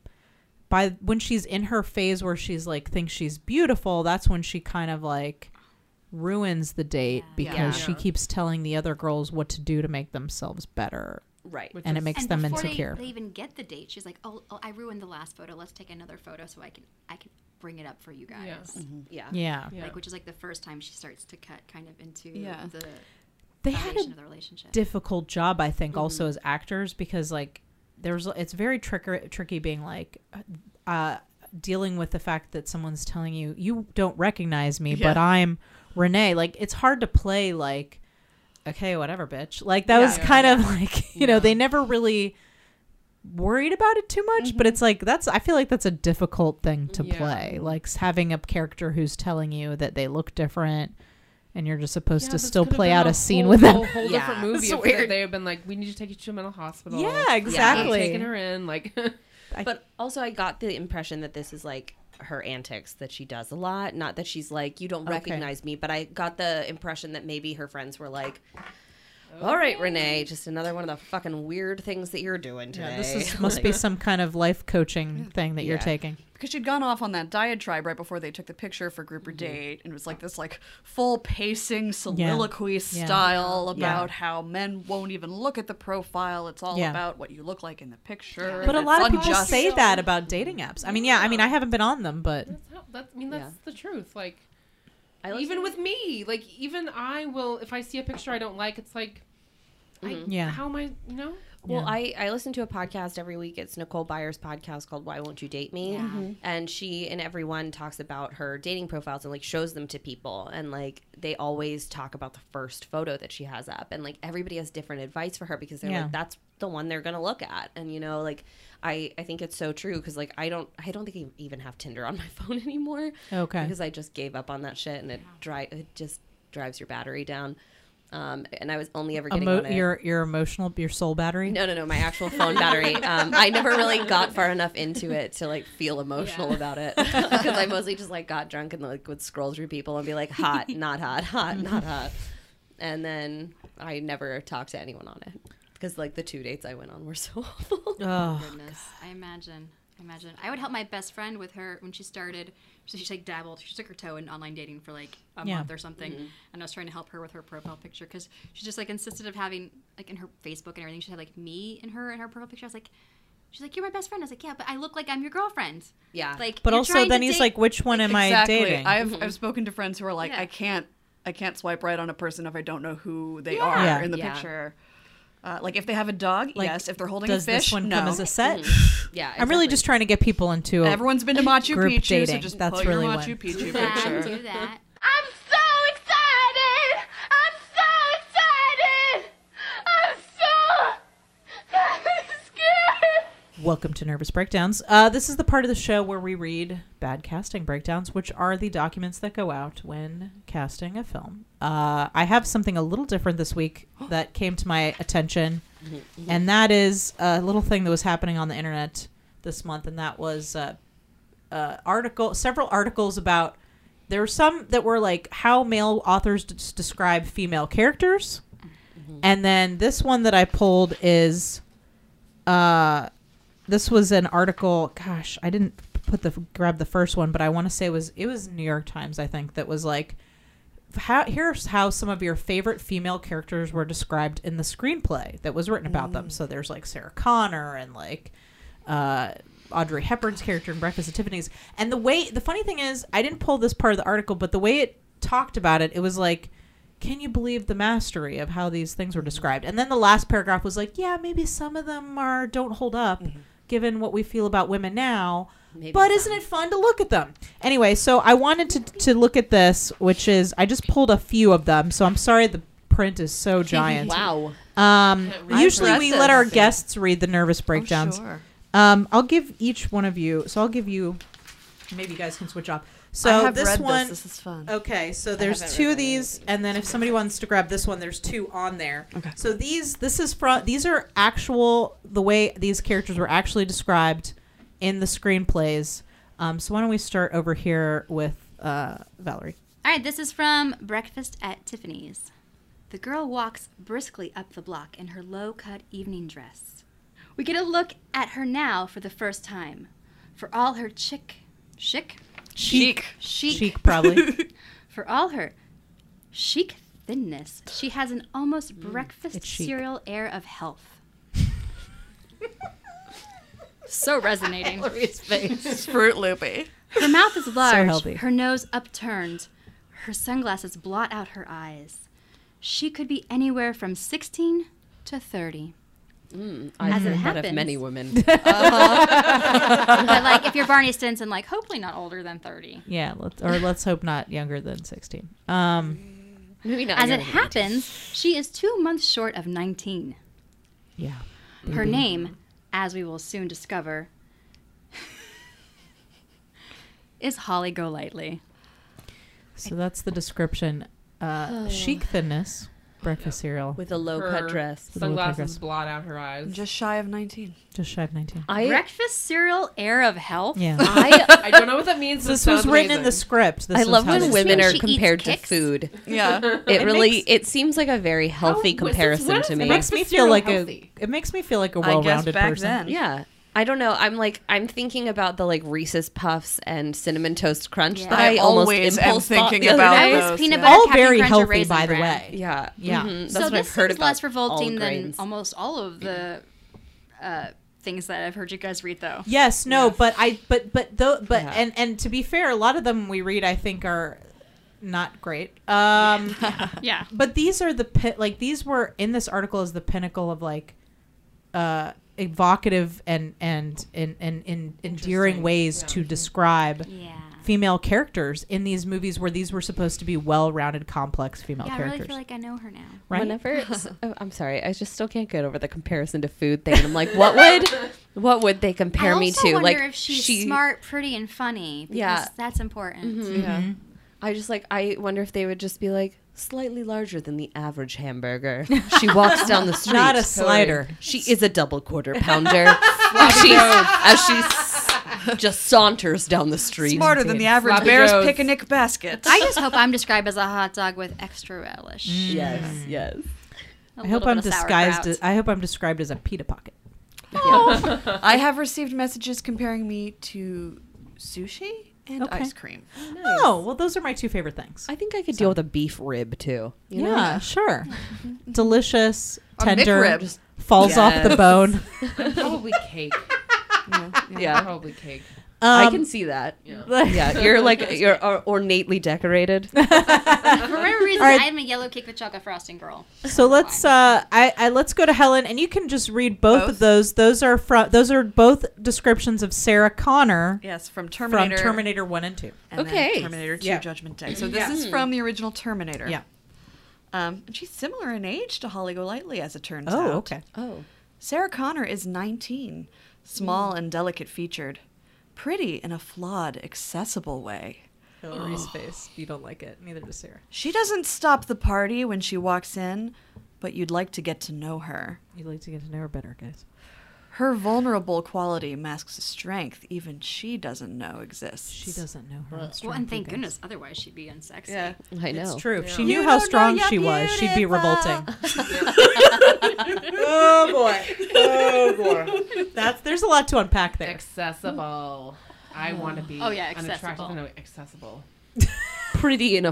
Speaker 2: by when she's in her phase where she's like thinks she's beautiful, that's when she kind of like ruins the date because
Speaker 3: Yeah.
Speaker 2: she keeps telling the other girls what to do to make themselves better
Speaker 3: Right.
Speaker 9: Which
Speaker 2: and it
Speaker 9: is-
Speaker 2: makes
Speaker 4: and
Speaker 2: them
Speaker 4: before they-
Speaker 2: insecure.
Speaker 4: They, even get the date. She's like, oh, oh, I ruined the last photo. Let's take another photo so I can I can bring it up for you guys."
Speaker 9: Yeah.
Speaker 3: Yeah.
Speaker 2: yeah.
Speaker 9: Yeah.
Speaker 4: Like, which is like the first time she starts to cut kind of into
Speaker 8: Yeah.
Speaker 4: the
Speaker 2: They had
Speaker 4: foundation
Speaker 2: a
Speaker 4: of the relationship.
Speaker 2: difficult job I think also
Speaker 9: Mm-hmm.
Speaker 2: as actors because like there's it's very tricker, tricky being like uh dealing with the fact that someone's telling you you don't recognize me but I'm Renee like it's hard to play like okay whatever bitch like that was kind of like you know they never really worried about it too much but it's like that's I feel like that's a difficult thing to
Speaker 9: Mm-hmm. Yeah.
Speaker 2: play like s- having a character who's telling you that they look different and you're just supposed
Speaker 9: Yeah,
Speaker 2: to
Speaker 9: this
Speaker 2: still
Speaker 9: could've
Speaker 2: play
Speaker 9: been
Speaker 2: out
Speaker 9: a
Speaker 2: a scene
Speaker 9: whole-
Speaker 2: with
Speaker 9: Whole,
Speaker 2: them
Speaker 9: whole
Speaker 3: Yeah.
Speaker 9: different movie. if they- They have been like, we need to take you to a mental hospital.
Speaker 2: Yeah,
Speaker 9: Stop
Speaker 2: exactly.
Speaker 9: Taking her in, like,
Speaker 3: But also, I got the impression that this is like her antics that she does a lot. Not that she's like, you don't recognize me, but I got the impression that maybe her friends were like, all right, Renee, just another one of the fucking weird things that you're doing today.
Speaker 2: Yeah, this is, must be some kind of life coaching thing that you're
Speaker 3: Yeah.
Speaker 2: taking.
Speaker 8: because she'd gone off on that diatribe right before they took the picture for grouper
Speaker 2: Mm-hmm.
Speaker 8: date and it was like this like full pacing soliloquy style about how men won't even look at the profile it's all
Speaker 2: Yeah.
Speaker 8: about what you look like in the picture
Speaker 2: But a
Speaker 8: It's
Speaker 2: lot of people
Speaker 8: unjust.
Speaker 2: say that about dating apps. I mean, yeah, I mean, I haven't been on them, but
Speaker 9: that's how, that's, I mean, that's the truth. Like,
Speaker 3: I like
Speaker 10: even with me, like even I will if I see a picture I don't like, it's like, I,
Speaker 3: Mm-hmm.
Speaker 2: Yeah.
Speaker 10: how am I? You know,
Speaker 3: Well,
Speaker 2: Yeah.
Speaker 3: I, I listen to a podcast every week. It's Nicole Byers' podcast called Why Won't You Date Me?
Speaker 4: Yeah. Mhm.
Speaker 3: And she and everyone talks about her dating profiles and like shows them to people. And like they always talk about the first photo that she has up. And like everybody has different advice for her because they're
Speaker 2: Yeah.
Speaker 3: like, that's the one they're going to look at. And you know, like I, I think it's so true because like I don't, I don't think I even have Tinder on my phone anymore.
Speaker 2: Okay.
Speaker 3: Because I just gave up on that shit and it, dri- it just drives your battery down. Um, and I was only ever getting
Speaker 2: Emo-
Speaker 3: on it.
Speaker 2: your your emotional your soul battery.
Speaker 3: No, no, no. My actual phone battery. Um, I never really got far enough into it to like feel emotional about it because I mostly just like got drunk and like would scroll through people and be like, hot, not hot, hot, not hot, and then I never talked to anyone on it because like the two dates I went on were so awful.
Speaker 2: Ugh.
Speaker 4: goodness. I imagine. I imagine. I would help my best friend with her when she started. So she like dabbled. She took her toe in online dating for like a
Speaker 2: Yeah.
Speaker 4: month or something, and I was trying to help her with her profile picture because she just like insisted of having like in her Facebook and everything. She had like me and her in her profile picture. I was like, she's like, you're my best friend. I was like, yeah, but I look like I'm your girlfriend.
Speaker 3: Yeah.
Speaker 4: Like,
Speaker 2: But
Speaker 4: you're
Speaker 2: also,
Speaker 4: trying
Speaker 2: then
Speaker 4: to
Speaker 2: he's
Speaker 4: date-
Speaker 2: like, which one am I dating?
Speaker 8: I've I've spoken to friends who are like,
Speaker 4: Yeah.
Speaker 8: I can't I can't swipe right on a person if I don't know who they
Speaker 2: Yeah.
Speaker 8: are in the
Speaker 3: Yeah.
Speaker 8: picture. Uh, like if they have a dog,
Speaker 2: Like,
Speaker 8: yes. If they're holding
Speaker 2: Does
Speaker 8: a fish,
Speaker 2: this one
Speaker 8: no.
Speaker 2: come as a set?
Speaker 3: Yeah,
Speaker 2: I'm really
Speaker 3: exactly.
Speaker 2: just trying to get people into a,
Speaker 8: Everyone's been to Machu
Speaker 2: Group
Speaker 8: Picchu, so
Speaker 2: dating.
Speaker 8: just
Speaker 2: That's
Speaker 8: put
Speaker 2: really
Speaker 8: your
Speaker 2: what-
Speaker 8: Machu Picchu
Speaker 4: Yeah,
Speaker 8: picture.
Speaker 4: do that.
Speaker 6: I'm so excited! I'm so excited! I'm so scared!
Speaker 2: Welcome to Nervous Breakdowns. Uh, this is the part of the show where we read bad casting breakdowns, which are the documents that go out when casting a film. Uh, I have something a little different this week that came to my attention, and that is a little thing that was happening on the internet this month, and that was uh, uh, article, several articles about. There were some that were like how male authors d- describe female characters, and then this one that I pulled is. Uh, this was an article gosh i didn't put the grab the first one but i want to say it was it was new york times i think that was like how, here's how some of your favorite female characters were described in the screenplay that was written about them so there's like sarah connor and like uh, audrey hepburn's character in breakfast at tiffany's and the way the funny thing is i didn't pull this part of the article but the way it talked about it it was like can you believe the mastery of how these things were described? And then the last paragraph was like, yeah, maybe some of them are don't hold up given what we feel about women now.
Speaker 3: Maybe
Speaker 2: but
Speaker 3: some.
Speaker 2: isn't it fun to look at them? Anyway, so I wanted to to look at this, which is I just pulled a few of them, so I'm sorry the print is so giant.
Speaker 3: Wow.
Speaker 2: Um,
Speaker 8: Really
Speaker 2: usually we
Speaker 8: impressive.
Speaker 2: let our guests read the nervous breakdowns.
Speaker 8: Oh, sure.
Speaker 2: Um, I'll give each one of you. So I'll give you. Maybe you guys can switch off. So
Speaker 8: I have
Speaker 2: this
Speaker 8: read
Speaker 2: one. Oh,
Speaker 8: This. this is fun.
Speaker 2: Okay, so there's
Speaker 3: haven't
Speaker 2: two
Speaker 3: read
Speaker 2: of
Speaker 3: any of
Speaker 2: these, and then if somebody wants to grab this one, there's two on there. Okay. So these, this is from these are actual the way these characters were actually described in the screenplays. Um, so why don't we start over here with uh, Valerie?
Speaker 4: All right, this is from Breakfast at Tiffany's. The girl walks briskly up the block in her low cut evening dress. We get a look at her now for the first time. For all her chic, chic,
Speaker 8: Chic.
Speaker 4: chic,
Speaker 2: Chic, probably.
Speaker 4: for all her chic thinness, she has an almost breakfast
Speaker 2: it's chic.
Speaker 4: cereal air of health. so resonating.
Speaker 8: It's Fruit Loopy.
Speaker 4: Her mouth is large,
Speaker 2: healthy.
Speaker 4: her nose upturned. Her sunglasses blot out her eyes. She could be anywhere from 16 to 30.
Speaker 3: I've
Speaker 4: As
Speaker 3: heard that
Speaker 4: it
Speaker 3: of
Speaker 4: happens.
Speaker 3: many women.
Speaker 4: Uh-huh. But like if you're Barney Stinson, like hopefully not older than 30.
Speaker 2: yeah, let's, or let's hope not younger than sixteen. Um,
Speaker 3: Maybe not.
Speaker 4: As it
Speaker 3: everyone.
Speaker 4: happens, she is 2 months short of 19.
Speaker 2: yeah.
Speaker 4: Her
Speaker 3: Mm-hmm.
Speaker 4: name, as we will soon discover, is Holly Golightly.
Speaker 2: So that's the description. Uh, Chic thinness, breakfast cereal,
Speaker 3: with a low
Speaker 9: Her
Speaker 3: cut dress.
Speaker 2: a little
Speaker 9: Sunglasses
Speaker 2: progress.
Speaker 9: blot out her eyes.
Speaker 8: Just shy of 19.
Speaker 2: just shy of nineteen.
Speaker 3: I
Speaker 4: Breakfast cereal air of health.
Speaker 2: Yeah.
Speaker 3: I
Speaker 9: I don't know what that means. but
Speaker 2: this
Speaker 9: it
Speaker 2: was
Speaker 9: sounds
Speaker 2: written in the
Speaker 9: amazing.
Speaker 2: script. This
Speaker 3: I
Speaker 2: was
Speaker 3: love
Speaker 2: how
Speaker 3: when
Speaker 2: they-
Speaker 3: women
Speaker 4: mean
Speaker 3: are
Speaker 4: she eats
Speaker 3: compared to
Speaker 4: kicks?
Speaker 3: food.
Speaker 8: Yeah.
Speaker 3: It, really
Speaker 2: makes-
Speaker 3: it seems like a very healthy
Speaker 10: How- when- since
Speaker 3: comparison
Speaker 10: when
Speaker 3: to
Speaker 10: is
Speaker 3: me.
Speaker 2: It makes me feel
Speaker 10: Cereal
Speaker 2: like
Speaker 10: healthy.
Speaker 2: a. It makes me feel like a
Speaker 8: I guess
Speaker 2: well-rounded
Speaker 8: back
Speaker 2: person.
Speaker 8: then.
Speaker 3: Yeah. I don't know. I'm like I'm thinking about the like Reese's Puffs and cinnamon toast crunch
Speaker 4: Yeah.
Speaker 3: that
Speaker 8: I
Speaker 3: I, almost
Speaker 8: always am
Speaker 3: impulse bought
Speaker 8: thinking
Speaker 3: the other
Speaker 8: about
Speaker 4: That
Speaker 3: day.
Speaker 8: those.
Speaker 4: was peanut
Speaker 8: yeah.
Speaker 4: butter
Speaker 2: All
Speaker 4: Captain
Speaker 2: very
Speaker 4: Crunch
Speaker 2: healthy,
Speaker 4: Raisin
Speaker 2: by the
Speaker 4: Bran.
Speaker 2: way.
Speaker 3: Yeah.
Speaker 2: Yeah.
Speaker 3: Mhm. That's
Speaker 4: so
Speaker 3: what
Speaker 4: this
Speaker 3: I've heard
Speaker 4: seems
Speaker 3: about
Speaker 4: less
Speaker 3: all
Speaker 4: revolting than
Speaker 3: grains.
Speaker 4: almost all of the uh, things that I've heard you guys read, though.
Speaker 2: Yes, no, but I, but but though, but
Speaker 3: Yeah.
Speaker 2: and and to be fair, a lot of them we read, I think, are not great. Um,
Speaker 11: Yeah.
Speaker 2: But these are the pit like these were in this article is the pinnacle of like uh, evocative and and and and, and endearing ways to describe female characters in these movies where these were supposed to be well-rounded, complex female
Speaker 4: yeah, I really
Speaker 2: characters.
Speaker 4: feel like I know her now.
Speaker 2: Right?
Speaker 3: Whenever it's- oh, I'm sorry, I just still can't get over the comparison to food thing. I'm like, what would, what would they compare
Speaker 4: I
Speaker 3: me
Speaker 4: also
Speaker 3: to?
Speaker 4: wonder
Speaker 3: like
Speaker 4: if she's smart, pretty, and funny. Because
Speaker 3: Yeah.
Speaker 4: that's important.
Speaker 3: Mhm. Yeah. I just like I wonder if they would just be like slightly larger than the average hamburger. She walks down the street.
Speaker 2: Not a slider.
Speaker 3: She is a double quarter pounder. as she as she s- just saunters down the street.
Speaker 8: Smarter than the average
Speaker 3: Sloppy
Speaker 8: bear's
Speaker 3: Joes.
Speaker 8: picnic basket.
Speaker 4: I just hope I'm described as a hot dog with extra relish.
Speaker 8: Mm.
Speaker 3: Yes, yes.
Speaker 4: A
Speaker 2: I hope
Speaker 4: little
Speaker 2: I'm
Speaker 4: bit of
Speaker 2: disguised.
Speaker 4: sauerkraut.
Speaker 2: As, I hope I'm described as a pita pocket.
Speaker 8: Oh. I have received messages comparing me to sushi and
Speaker 2: Okay.
Speaker 8: ice cream.
Speaker 2: Oh well, those are my two favorite things.
Speaker 3: I think I could deal with a beef rib too. you know?
Speaker 2: yeah, sure. Delicious,
Speaker 3: A
Speaker 2: tender,
Speaker 3: McRib. Just-
Speaker 2: falls off the
Speaker 3: Yes.
Speaker 2: bone.
Speaker 9: Probably cake. yeah,
Speaker 3: Yeah.
Speaker 9: probably cake.
Speaker 3: I
Speaker 2: Um,
Speaker 3: can see that.
Speaker 9: Yeah.
Speaker 3: yeah, you're like you're or- ornately decorated.
Speaker 4: For whatever reason,
Speaker 2: All right.
Speaker 4: I'm a yellow cake with chocolate frosting girl.
Speaker 2: So let's uh I, I let's go to Helen and you can just read both, of those. Those are from those are both descriptions of Sarah Connor.
Speaker 8: Yes, from Terminator.
Speaker 2: From Terminator 1 and 2.
Speaker 8: And then
Speaker 2: Okay.
Speaker 8: Terminator 2
Speaker 2: Yeah. Mm-hmm.
Speaker 8: Judgment Day. So this
Speaker 2: Yeah.
Speaker 8: is from the original Terminator.
Speaker 2: Yeah.
Speaker 8: Um, and she's similar in age to Holly Golightly, as it turns
Speaker 2: Oh,
Speaker 8: out.
Speaker 2: okay.
Speaker 3: Oh.
Speaker 8: Sarah Connor is 19, small
Speaker 2: Mm.
Speaker 8: and delicate featured, pretty in a flawed, accessible way.
Speaker 2: Hillary's face. You don't like it. Neither does Sarah.
Speaker 8: She doesn't stop the party when she walks in, but you'd like to get to know her.
Speaker 2: You'd like to get to know her better, guys.
Speaker 8: Her vulnerable quality masks a strength even she doesn't know exists. She
Speaker 2: doesn't know her.
Speaker 4: Well, and thank goodness, otherwise she'd be unsexy.
Speaker 8: Yeah.
Speaker 3: I know.
Speaker 2: It's true. If she
Speaker 8: You
Speaker 2: knew how
Speaker 8: don't know
Speaker 2: strong
Speaker 8: you're
Speaker 2: she was, she'd be revolting.
Speaker 10: oh
Speaker 2: boy. Oh boy. That's there's a lot to unpack there.
Speaker 9: Accessible. I want to be.
Speaker 4: Oh, yeah,
Speaker 9: unattractive.
Speaker 4: accessible.
Speaker 9: No, accessible.
Speaker 3: Pretty in a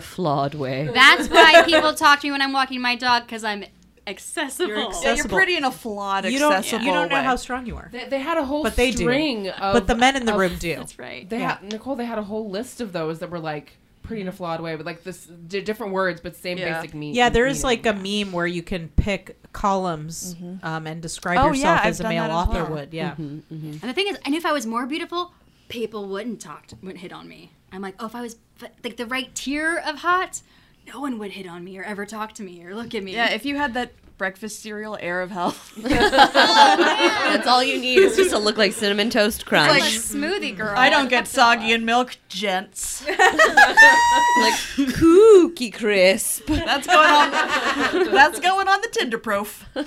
Speaker 3: flawed way.
Speaker 4: That's why people talk to me when I'm walking my dog because I'm accessible.
Speaker 2: You're accessible.
Speaker 8: in a flawed,
Speaker 2: You don't,
Speaker 8: accessible
Speaker 2: you don't know
Speaker 8: way.
Speaker 2: how strong you are.
Speaker 9: They, they had a whole
Speaker 2: But they do.
Speaker 9: string of.
Speaker 2: But the men in the
Speaker 9: of-
Speaker 2: room do.
Speaker 4: That's right.
Speaker 9: They
Speaker 2: Yeah.
Speaker 9: had Nicole. They had a whole list of those that were like pretty in a flawed way, but like this di- different words, but same
Speaker 8: Yeah.
Speaker 9: basic meaning.
Speaker 2: Yeah, there is like a meme where you can pick columns um, and describe
Speaker 8: Oh, yeah,
Speaker 2: yourself
Speaker 8: I've
Speaker 2: as a
Speaker 8: done
Speaker 2: male
Speaker 8: that as
Speaker 2: author
Speaker 8: well. Mm-hmm.
Speaker 2: would. Yeah.
Speaker 4: And the thing is, I knew if I was more beautiful, people wouldn't talk, to, wouldn't hit on me. I'm like, oh, if I was f- like the right tier of hot, no one would hit on me or ever talk to me or look at me.
Speaker 8: Yeah, if you had that breakfast cereal air of health.
Speaker 3: That's all you need is just to look like cinnamon toast crunch.
Speaker 4: like smoothie girl.
Speaker 8: I don't get soggy in milk, gents.
Speaker 3: Kooky crisp.
Speaker 8: That's going on. That's going on the Tinder prof.
Speaker 2: All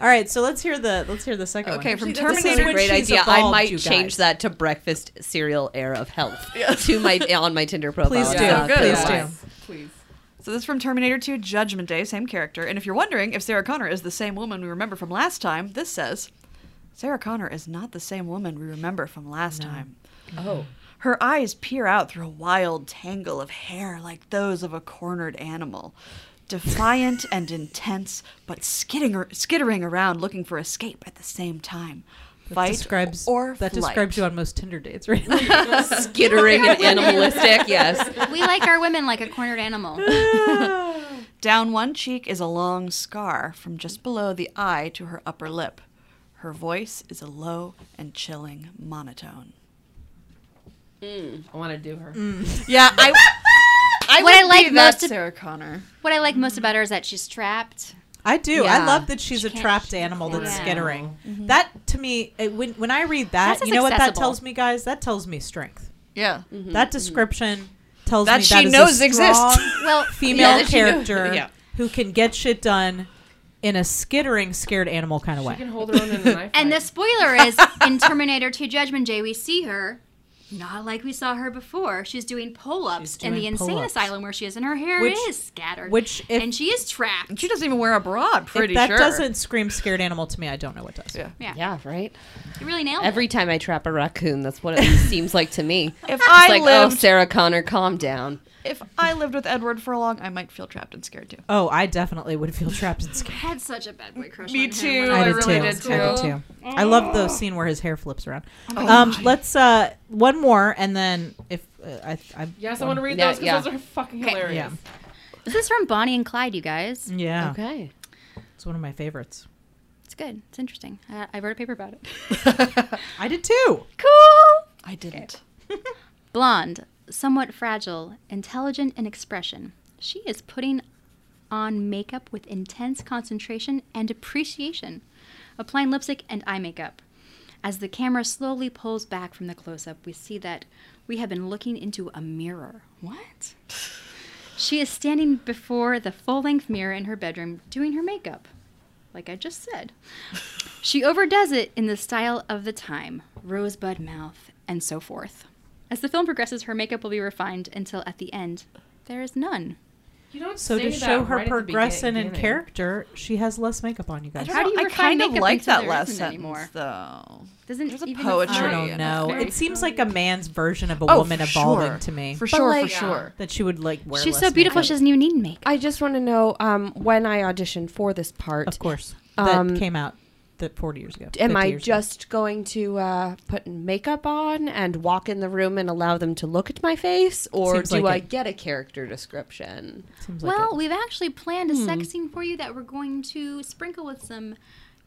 Speaker 2: right, so let's hear the let's hear the second one.
Speaker 8: Okay, from
Speaker 3: This
Speaker 8: Terminator.
Speaker 3: is a
Speaker 2: when
Speaker 3: great
Speaker 2: she's
Speaker 3: idea.
Speaker 2: evolved,
Speaker 3: I
Speaker 2: you
Speaker 3: might
Speaker 2: guys.
Speaker 3: change that to breakfast cereal air of health to my on my Tinder profile.
Speaker 2: Please
Speaker 3: It's
Speaker 2: do.
Speaker 3: not
Speaker 8: Please
Speaker 3: the
Speaker 2: do.
Speaker 3: one.
Speaker 9: Please.
Speaker 8: So this is from Terminator 2 Judgment Day, same character. And if you're wondering if Sarah Connor is the same woman we remember from last time, this says Sarah Connor is not the same woman we remember from last time.
Speaker 3: Oh.
Speaker 8: Her eyes peer out through a wild tangle of hair like those of a cornered animal. Defiant and intense, but skidding or, skittering around looking for escape at the same time. Fight
Speaker 2: describes
Speaker 8: or
Speaker 2: that
Speaker 8: flight.
Speaker 2: describes you on most Tinder dates, right? now.
Speaker 3: Skittering and animalistic. Yes.
Speaker 4: We like our women like a cornered animal.
Speaker 8: Down one cheek is a long scar from just below the eye to her upper lip. Her voice is a low and chilling monotone.
Speaker 9: I want to do her.
Speaker 8: Yeah, I. I
Speaker 4: What I
Speaker 8: would
Speaker 4: like
Speaker 8: be that
Speaker 4: most ab-
Speaker 8: Sarah Connor.
Speaker 4: What I like most about her is that she's trapped.
Speaker 2: I do. I
Speaker 3: Yeah.
Speaker 2: love that she's a
Speaker 4: can't-
Speaker 2: trapped
Speaker 4: she
Speaker 2: animal
Speaker 4: can't.
Speaker 2: that's
Speaker 4: Yeah.
Speaker 2: skittering.
Speaker 8: Mm-hmm.
Speaker 2: That to me, it, when when I read that,
Speaker 4: That's
Speaker 2: you know what that
Speaker 4: accessible.
Speaker 2: tells me, guys? That tells me strength.
Speaker 8: Yeah.
Speaker 3: Mm-hmm.
Speaker 2: That description tells
Speaker 8: That
Speaker 2: me
Speaker 8: she
Speaker 2: that is a
Speaker 8: knows exists.
Speaker 2: strong
Speaker 4: Well,
Speaker 2: female
Speaker 3: Yeah, that she knows-
Speaker 2: character
Speaker 3: yeah.
Speaker 2: who can get shit done in a skittering, scared animal kind of
Speaker 9: She
Speaker 2: way.
Speaker 9: can hold her own in a knife.
Speaker 4: and the
Speaker 9: fight.
Speaker 4: spoiler is in Terminator 2 Judgment Day, we see her. Not like we saw her before. She's doing pull ups
Speaker 2: She's
Speaker 4: in the
Speaker 2: doing
Speaker 4: insane
Speaker 2: pull-ups.
Speaker 4: asylum where she is, and her hair
Speaker 2: Which-
Speaker 4: is scattered.
Speaker 2: which if-
Speaker 4: and she is trapped.
Speaker 8: She doesn't even wear a bra, I'm
Speaker 2: If
Speaker 8: pretty
Speaker 2: that
Speaker 8: sure.
Speaker 2: doesn't scream scared animal to me, I don't know what does.
Speaker 8: Yeah.
Speaker 4: Yeah.
Speaker 3: Yeah. Right.
Speaker 4: You really nailed
Speaker 3: Oh. Every
Speaker 4: it.
Speaker 3: time I trap a raccoon, that's what it seems like to me.
Speaker 8: If I
Speaker 3: It's like, oh,
Speaker 8: lived,
Speaker 3: Sarah Connor, calm down.
Speaker 8: if I lived with Edward for long, I might feel trapped and scared too.
Speaker 2: Oh, I definitely would feel trapped and scared.
Speaker 4: I had such a bad boy crush.
Speaker 8: Me
Speaker 4: on him
Speaker 8: too,
Speaker 4: when
Speaker 8: I
Speaker 4: was
Speaker 8: did
Speaker 4: in
Speaker 8: too.
Speaker 4: middle
Speaker 8: I did
Speaker 4: school.
Speaker 2: I did too. I love the scene where his hair flips around.
Speaker 4: Oh my
Speaker 2: um,
Speaker 4: God.
Speaker 2: let's uh one more and then if uh, I, I
Speaker 10: Yes, I want to read
Speaker 2: Yeah,
Speaker 10: those because
Speaker 2: yeah.
Speaker 10: those are fucking
Speaker 4: Okay.
Speaker 10: hilarious.
Speaker 2: Yeah.
Speaker 4: This is from Bonnie and Clyde, you guys.
Speaker 2: Yeah.
Speaker 3: Okay.
Speaker 2: It's one of my favorites.
Speaker 4: It's good. It's interesting. I, I wrote a paper about it.
Speaker 2: I did too.
Speaker 4: Cool.
Speaker 8: I didn't.
Speaker 4: Blonde, somewhat fragile, intelligent in expression. She is putting on makeup with intense concentration and appreciation, applying lipstick and eye makeup. As the camera slowly pulls back from the close up, we see that we have been looking into a mirror. What? she is standing before the full length mirror in her bedroom doing her makeup, like I just said. She overdoes it in the style of the time, rosebud mouth, and so forth. As the film progresses, her makeup will be refined until at the end, there is none.
Speaker 10: You don't
Speaker 2: So
Speaker 10: say
Speaker 2: to show
Speaker 10: that
Speaker 2: her
Speaker 10: right at the
Speaker 2: progression in
Speaker 10: beginning.
Speaker 2: character, she has less makeup on you guys.
Speaker 4: How do you
Speaker 8: I
Speaker 4: refine
Speaker 8: kind of
Speaker 4: makeup
Speaker 8: like
Speaker 4: until
Speaker 8: that
Speaker 4: there
Speaker 8: last
Speaker 4: isn't
Speaker 8: sentence,
Speaker 4: anymore?
Speaker 8: though.
Speaker 4: Doesn't
Speaker 8: There's a
Speaker 4: even
Speaker 8: poetry.
Speaker 2: I
Speaker 4: define-
Speaker 8: Yeah,
Speaker 2: don't know.
Speaker 8: that's
Speaker 2: It seems like a man's version of a
Speaker 8: Oh,
Speaker 2: woman
Speaker 8: for
Speaker 2: evolving
Speaker 8: sure.
Speaker 2: to me.
Speaker 8: For sure, for
Speaker 3: like-
Speaker 8: sure.
Speaker 2: that she would like wear.
Speaker 4: She's
Speaker 2: less
Speaker 4: so beautiful,
Speaker 2: makeup.
Speaker 4: she doesn't even need makeup.
Speaker 3: I just want to know um, when I audition for this part.
Speaker 2: Of course,
Speaker 3: Um,
Speaker 2: that came out that forty years ago.
Speaker 3: Am
Speaker 2: 50
Speaker 3: I
Speaker 2: years ago.
Speaker 3: just going to uh, put makeup on and walk in the room and allow them to look at my face, or
Speaker 2: Seems
Speaker 3: do
Speaker 2: like
Speaker 3: I
Speaker 2: it.
Speaker 3: get a character description?
Speaker 2: Seems like
Speaker 4: well,
Speaker 2: it.
Speaker 4: we've actually planned a sex scene for you that we're going to sprinkle with some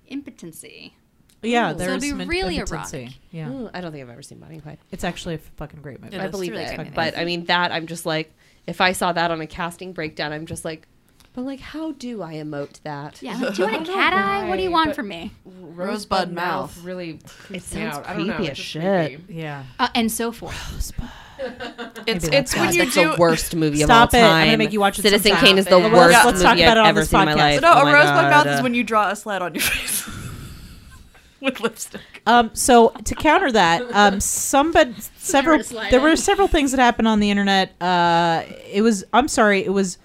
Speaker 4: impotency.
Speaker 2: yeah,
Speaker 4: so
Speaker 2: there's
Speaker 4: it'll be
Speaker 2: min-
Speaker 4: really
Speaker 2: impotency.
Speaker 4: erotic.
Speaker 2: Yeah,
Speaker 3: Ooh, Hmm, I don't think I've ever seen Bonnie and Clyde.
Speaker 2: it's actually a fucking great movie.
Speaker 8: Mm. It
Speaker 3: I
Speaker 8: is.
Speaker 3: believe
Speaker 4: really
Speaker 3: it,
Speaker 4: good
Speaker 3: but
Speaker 4: movie.
Speaker 3: I mean that I'm just like, if I saw that on a casting breakdown, I'm just like, but like, how do I emote that?
Speaker 4: Yeah, like, do you want a cat eye? What do you
Speaker 9: why,
Speaker 4: want
Speaker 9: but-
Speaker 4: from me?
Speaker 8: Rosebud mouth.
Speaker 9: really creeps me
Speaker 3: sounds
Speaker 9: out. I don't know,
Speaker 3: creepy
Speaker 9: it's
Speaker 3: as
Speaker 9: just
Speaker 3: shit.
Speaker 9: creepy.
Speaker 2: Yeah,
Speaker 4: Uh, and so forth.
Speaker 8: It's
Speaker 2: Maybe
Speaker 8: it's
Speaker 2: that's
Speaker 8: when
Speaker 2: why.
Speaker 8: you
Speaker 3: That's
Speaker 8: do
Speaker 3: the worst movie
Speaker 2: Stop
Speaker 3: of
Speaker 2: it.
Speaker 3: all
Speaker 2: I'm
Speaker 3: time.
Speaker 2: gonna make you watch it
Speaker 3: Citizen
Speaker 2: sometime.
Speaker 3: Kane is the
Speaker 2: Let's-
Speaker 3: worst
Speaker 8: let's
Speaker 2: talk
Speaker 3: movie
Speaker 2: about it
Speaker 3: I've
Speaker 2: on
Speaker 3: ever
Speaker 2: this
Speaker 3: seen in my
Speaker 2: podcast.
Speaker 3: life.
Speaker 8: No,
Speaker 3: Oh
Speaker 8: a
Speaker 3: my
Speaker 8: rosebud
Speaker 3: God,
Speaker 8: mouth
Speaker 3: uh,
Speaker 8: is when you draw a slat on your face with lipstick.
Speaker 2: Um, so to counter that, um, somebody, several,
Speaker 4: slide
Speaker 2: there were
Speaker 4: in.
Speaker 2: several things that happened on the internet. Uh, it was, I'm sorry, it was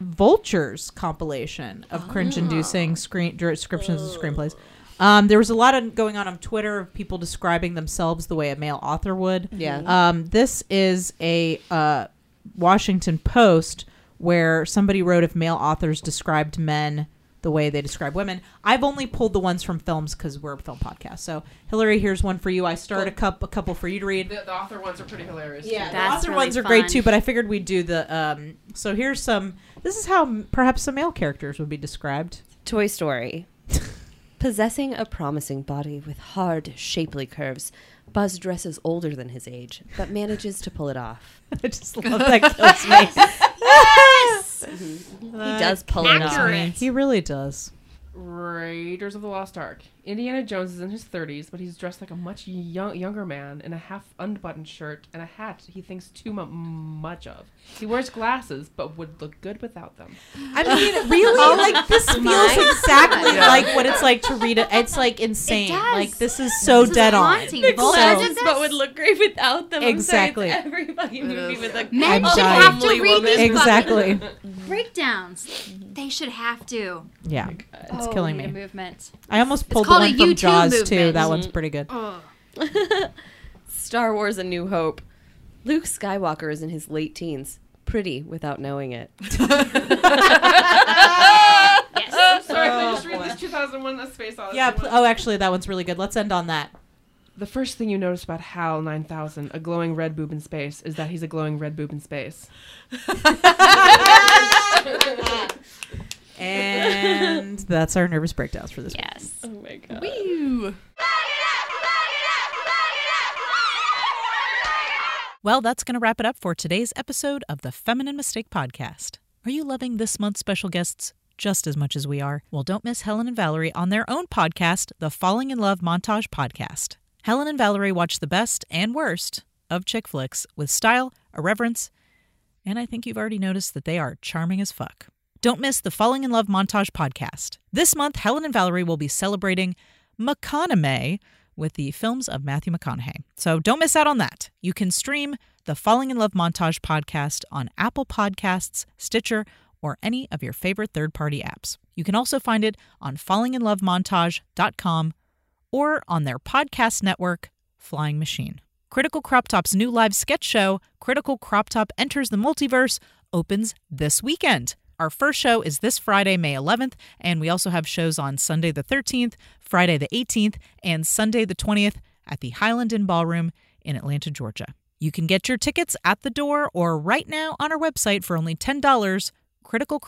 Speaker 2: Vulture's compilation of
Speaker 8: Ah.
Speaker 2: cringe-inducing screen descriptions and screenplays. Um, there was a lot of going on on Twitter of people describing themselves the way a male author would.
Speaker 3: Yeah.
Speaker 4: Mm-hmm.
Speaker 2: Um, this is a uh, Washington Post where somebody wrote if male authors described men the way they describe women. I've only pulled the ones from films because we're a film podcast. So Hillary, here's one for you. I starred a cup, a couple for you to read.
Speaker 9: The, the author ones are pretty hilarious.
Speaker 2: Yeah,
Speaker 9: too.
Speaker 2: the
Speaker 4: That's
Speaker 2: author
Speaker 4: really
Speaker 2: ones are great
Speaker 4: fun.
Speaker 2: too, but I figured we'd do the. Um, so here's some. This is how m- perhaps some male characters would be described.
Speaker 3: Toy Story. Possessing a promising body with hard, shapely curves, Buzz dresses older than his age, but manages to pull it off.
Speaker 2: I just love that kills me.
Speaker 3: He does pull it off.
Speaker 2: Accurate. He really does.
Speaker 9: Raiders of the Lost Ark. Indiana Jones is in his 30s, but he's dressed like a much young, younger man in a half unbuttoned shirt and a hat he thinks too mu- much of. He wears glasses, but would look good without them.
Speaker 2: I mean, really, like this feels exactly like what it's like to read it. It's like insane.
Speaker 4: does.
Speaker 2: Like this is so
Speaker 4: This is
Speaker 2: dead on.
Speaker 4: haunting. Vulture
Speaker 2: So-
Speaker 4: did this?
Speaker 3: look great without them.
Speaker 2: I'm sorry, it's Exactly.
Speaker 3: every fucking movie with a
Speaker 4: Men
Speaker 2: I'm
Speaker 4: should
Speaker 2: dying.
Speaker 4: have to read these
Speaker 2: exactly.
Speaker 4: fucking breakdowns. They should have to.
Speaker 2: Yeah, it's
Speaker 4: Oh,
Speaker 2: killing
Speaker 4: we need a
Speaker 2: me.
Speaker 4: Movement.
Speaker 2: I almost pulled the
Speaker 4: called a
Speaker 2: one from
Speaker 4: U2
Speaker 2: Jaws too.
Speaker 4: movement.
Speaker 2: That one's pretty good.
Speaker 3: Star Wars: A New Hope. Luke Skywalker is in his late teens, pretty without knowing it.
Speaker 9: Sorry, can I just read this 2001 A Space
Speaker 3: Mm-hmm.
Speaker 9: Odyssey?
Speaker 2: Yeah.
Speaker 9: one?
Speaker 2: Pl- oh, actually, that one's really good. Let's end on that.
Speaker 9: The first thing you notice about HAL 9000, a glowing red boob in space, is that he's a glowing red boob in space.
Speaker 2: And that's our nervous breakdowns for this. week.
Speaker 4: Yes.
Speaker 3: Oh my god.
Speaker 1: Well, that's going to wrap it up for today's episode of the Feminine Mistake Podcast. Are you loving this month's special guests just as much as we are? Well, don't miss Helen and Valerie on their own podcast, the Falling in Love Montage Podcast. Helen and Valerie watch the best and worst of chick flicks with style, irreverence, and I think you've already noticed that they are charming as fuck. Don't miss the Falling in Love Montage podcast. This month, Helen and Valerie will be celebrating McConaughey with the films of Matthew McConaughey. So don't miss out on that. You can stream the Falling in Love Montage podcast on Apple Podcasts, Stitcher, or any of your favorite third party apps. You can also find it on fallinginlovemontage.com or on their podcast network, Flying Machine.
Speaker 2: Critical Crop Top's new live sketch show, Critical Crop Top Enters the Multiverse, opens this weekend. Our first show is this Friday, May 11th, and we also have shows on Sunday the 13th, Friday the 18th, and Sunday the 20th at the Highland Inn Ballroom in Atlanta, Georgia. You can get your tickets at the door or right now on our website for only $10,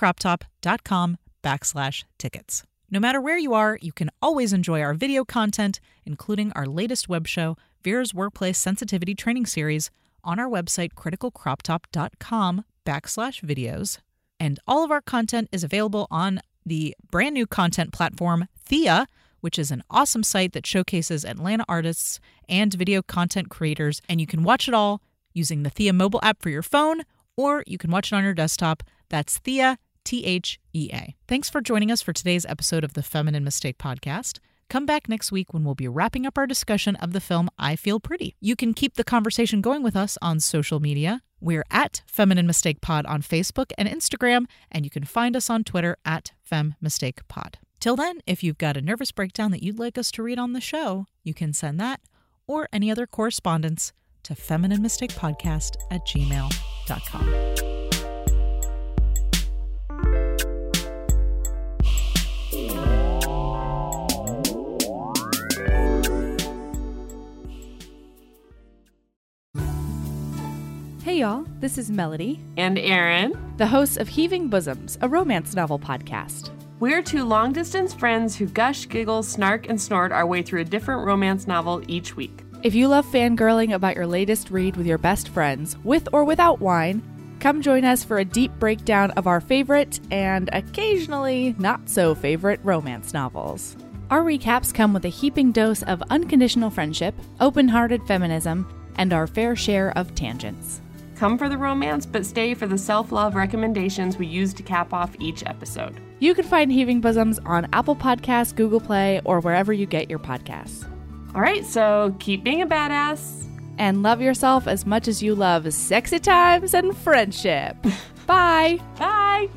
Speaker 2: criticalcroptop.com backslash tickets. No matter where you are, you can always enjoy our video content, including our latest web show, Vera's Workplace Sensitivity Training Series, on our website, criticalcroptop.com backslash videos. And all of our content is available on the brand new content platform, Thea, which is an awesome site that showcases Atlanta artists and video content creators. And you can watch it all using the Thea mobile app for your phone, or you can watch it on your desktop. That's Thea, T H E A. Thanks for joining us for today's episode of the Feminine Mistake Podcast. Come back next week when we'll be wrapping up our discussion of the film I Feel Pretty. You can keep the conversation going with us on social media. We're at Feminine Mistake Pod on Facebook and Instagram, and you can find us on Twitter at Fem Mistake Pod. Till then, if you've got a nervous breakdown that you'd like us to read on the show, you can send that or any other correspondence to Feminine Mistake Podcast at gmail.com.
Speaker 9: Hey y'all, this is Melody,
Speaker 4: And Aaron,
Speaker 9: the host of Heaving Bosoms, a romance novel podcast.
Speaker 4: we're two long distance friends who gush, giggle, snark, and snort our way through a different romance novel each week.
Speaker 9: If you love fangirling about your latest read with your best friends, with or without wine, come join us for a deep breakdown of our favorite and occasionally not so favorite romance novels. Our recaps come with a heaping dose of unconditional friendship, open hearted feminism, and our fair share of tangents.
Speaker 4: Come for the romance, but stay for the self love recommendations we use to cap off each episode.
Speaker 9: You can find Heaving Bosoms on Apple Podcasts, Google Play, or wherever you get your podcasts.
Speaker 4: All right, so keep being a badass
Speaker 9: and love yourself as much as you love sexy times and friendship. Bye.
Speaker 4: Bye.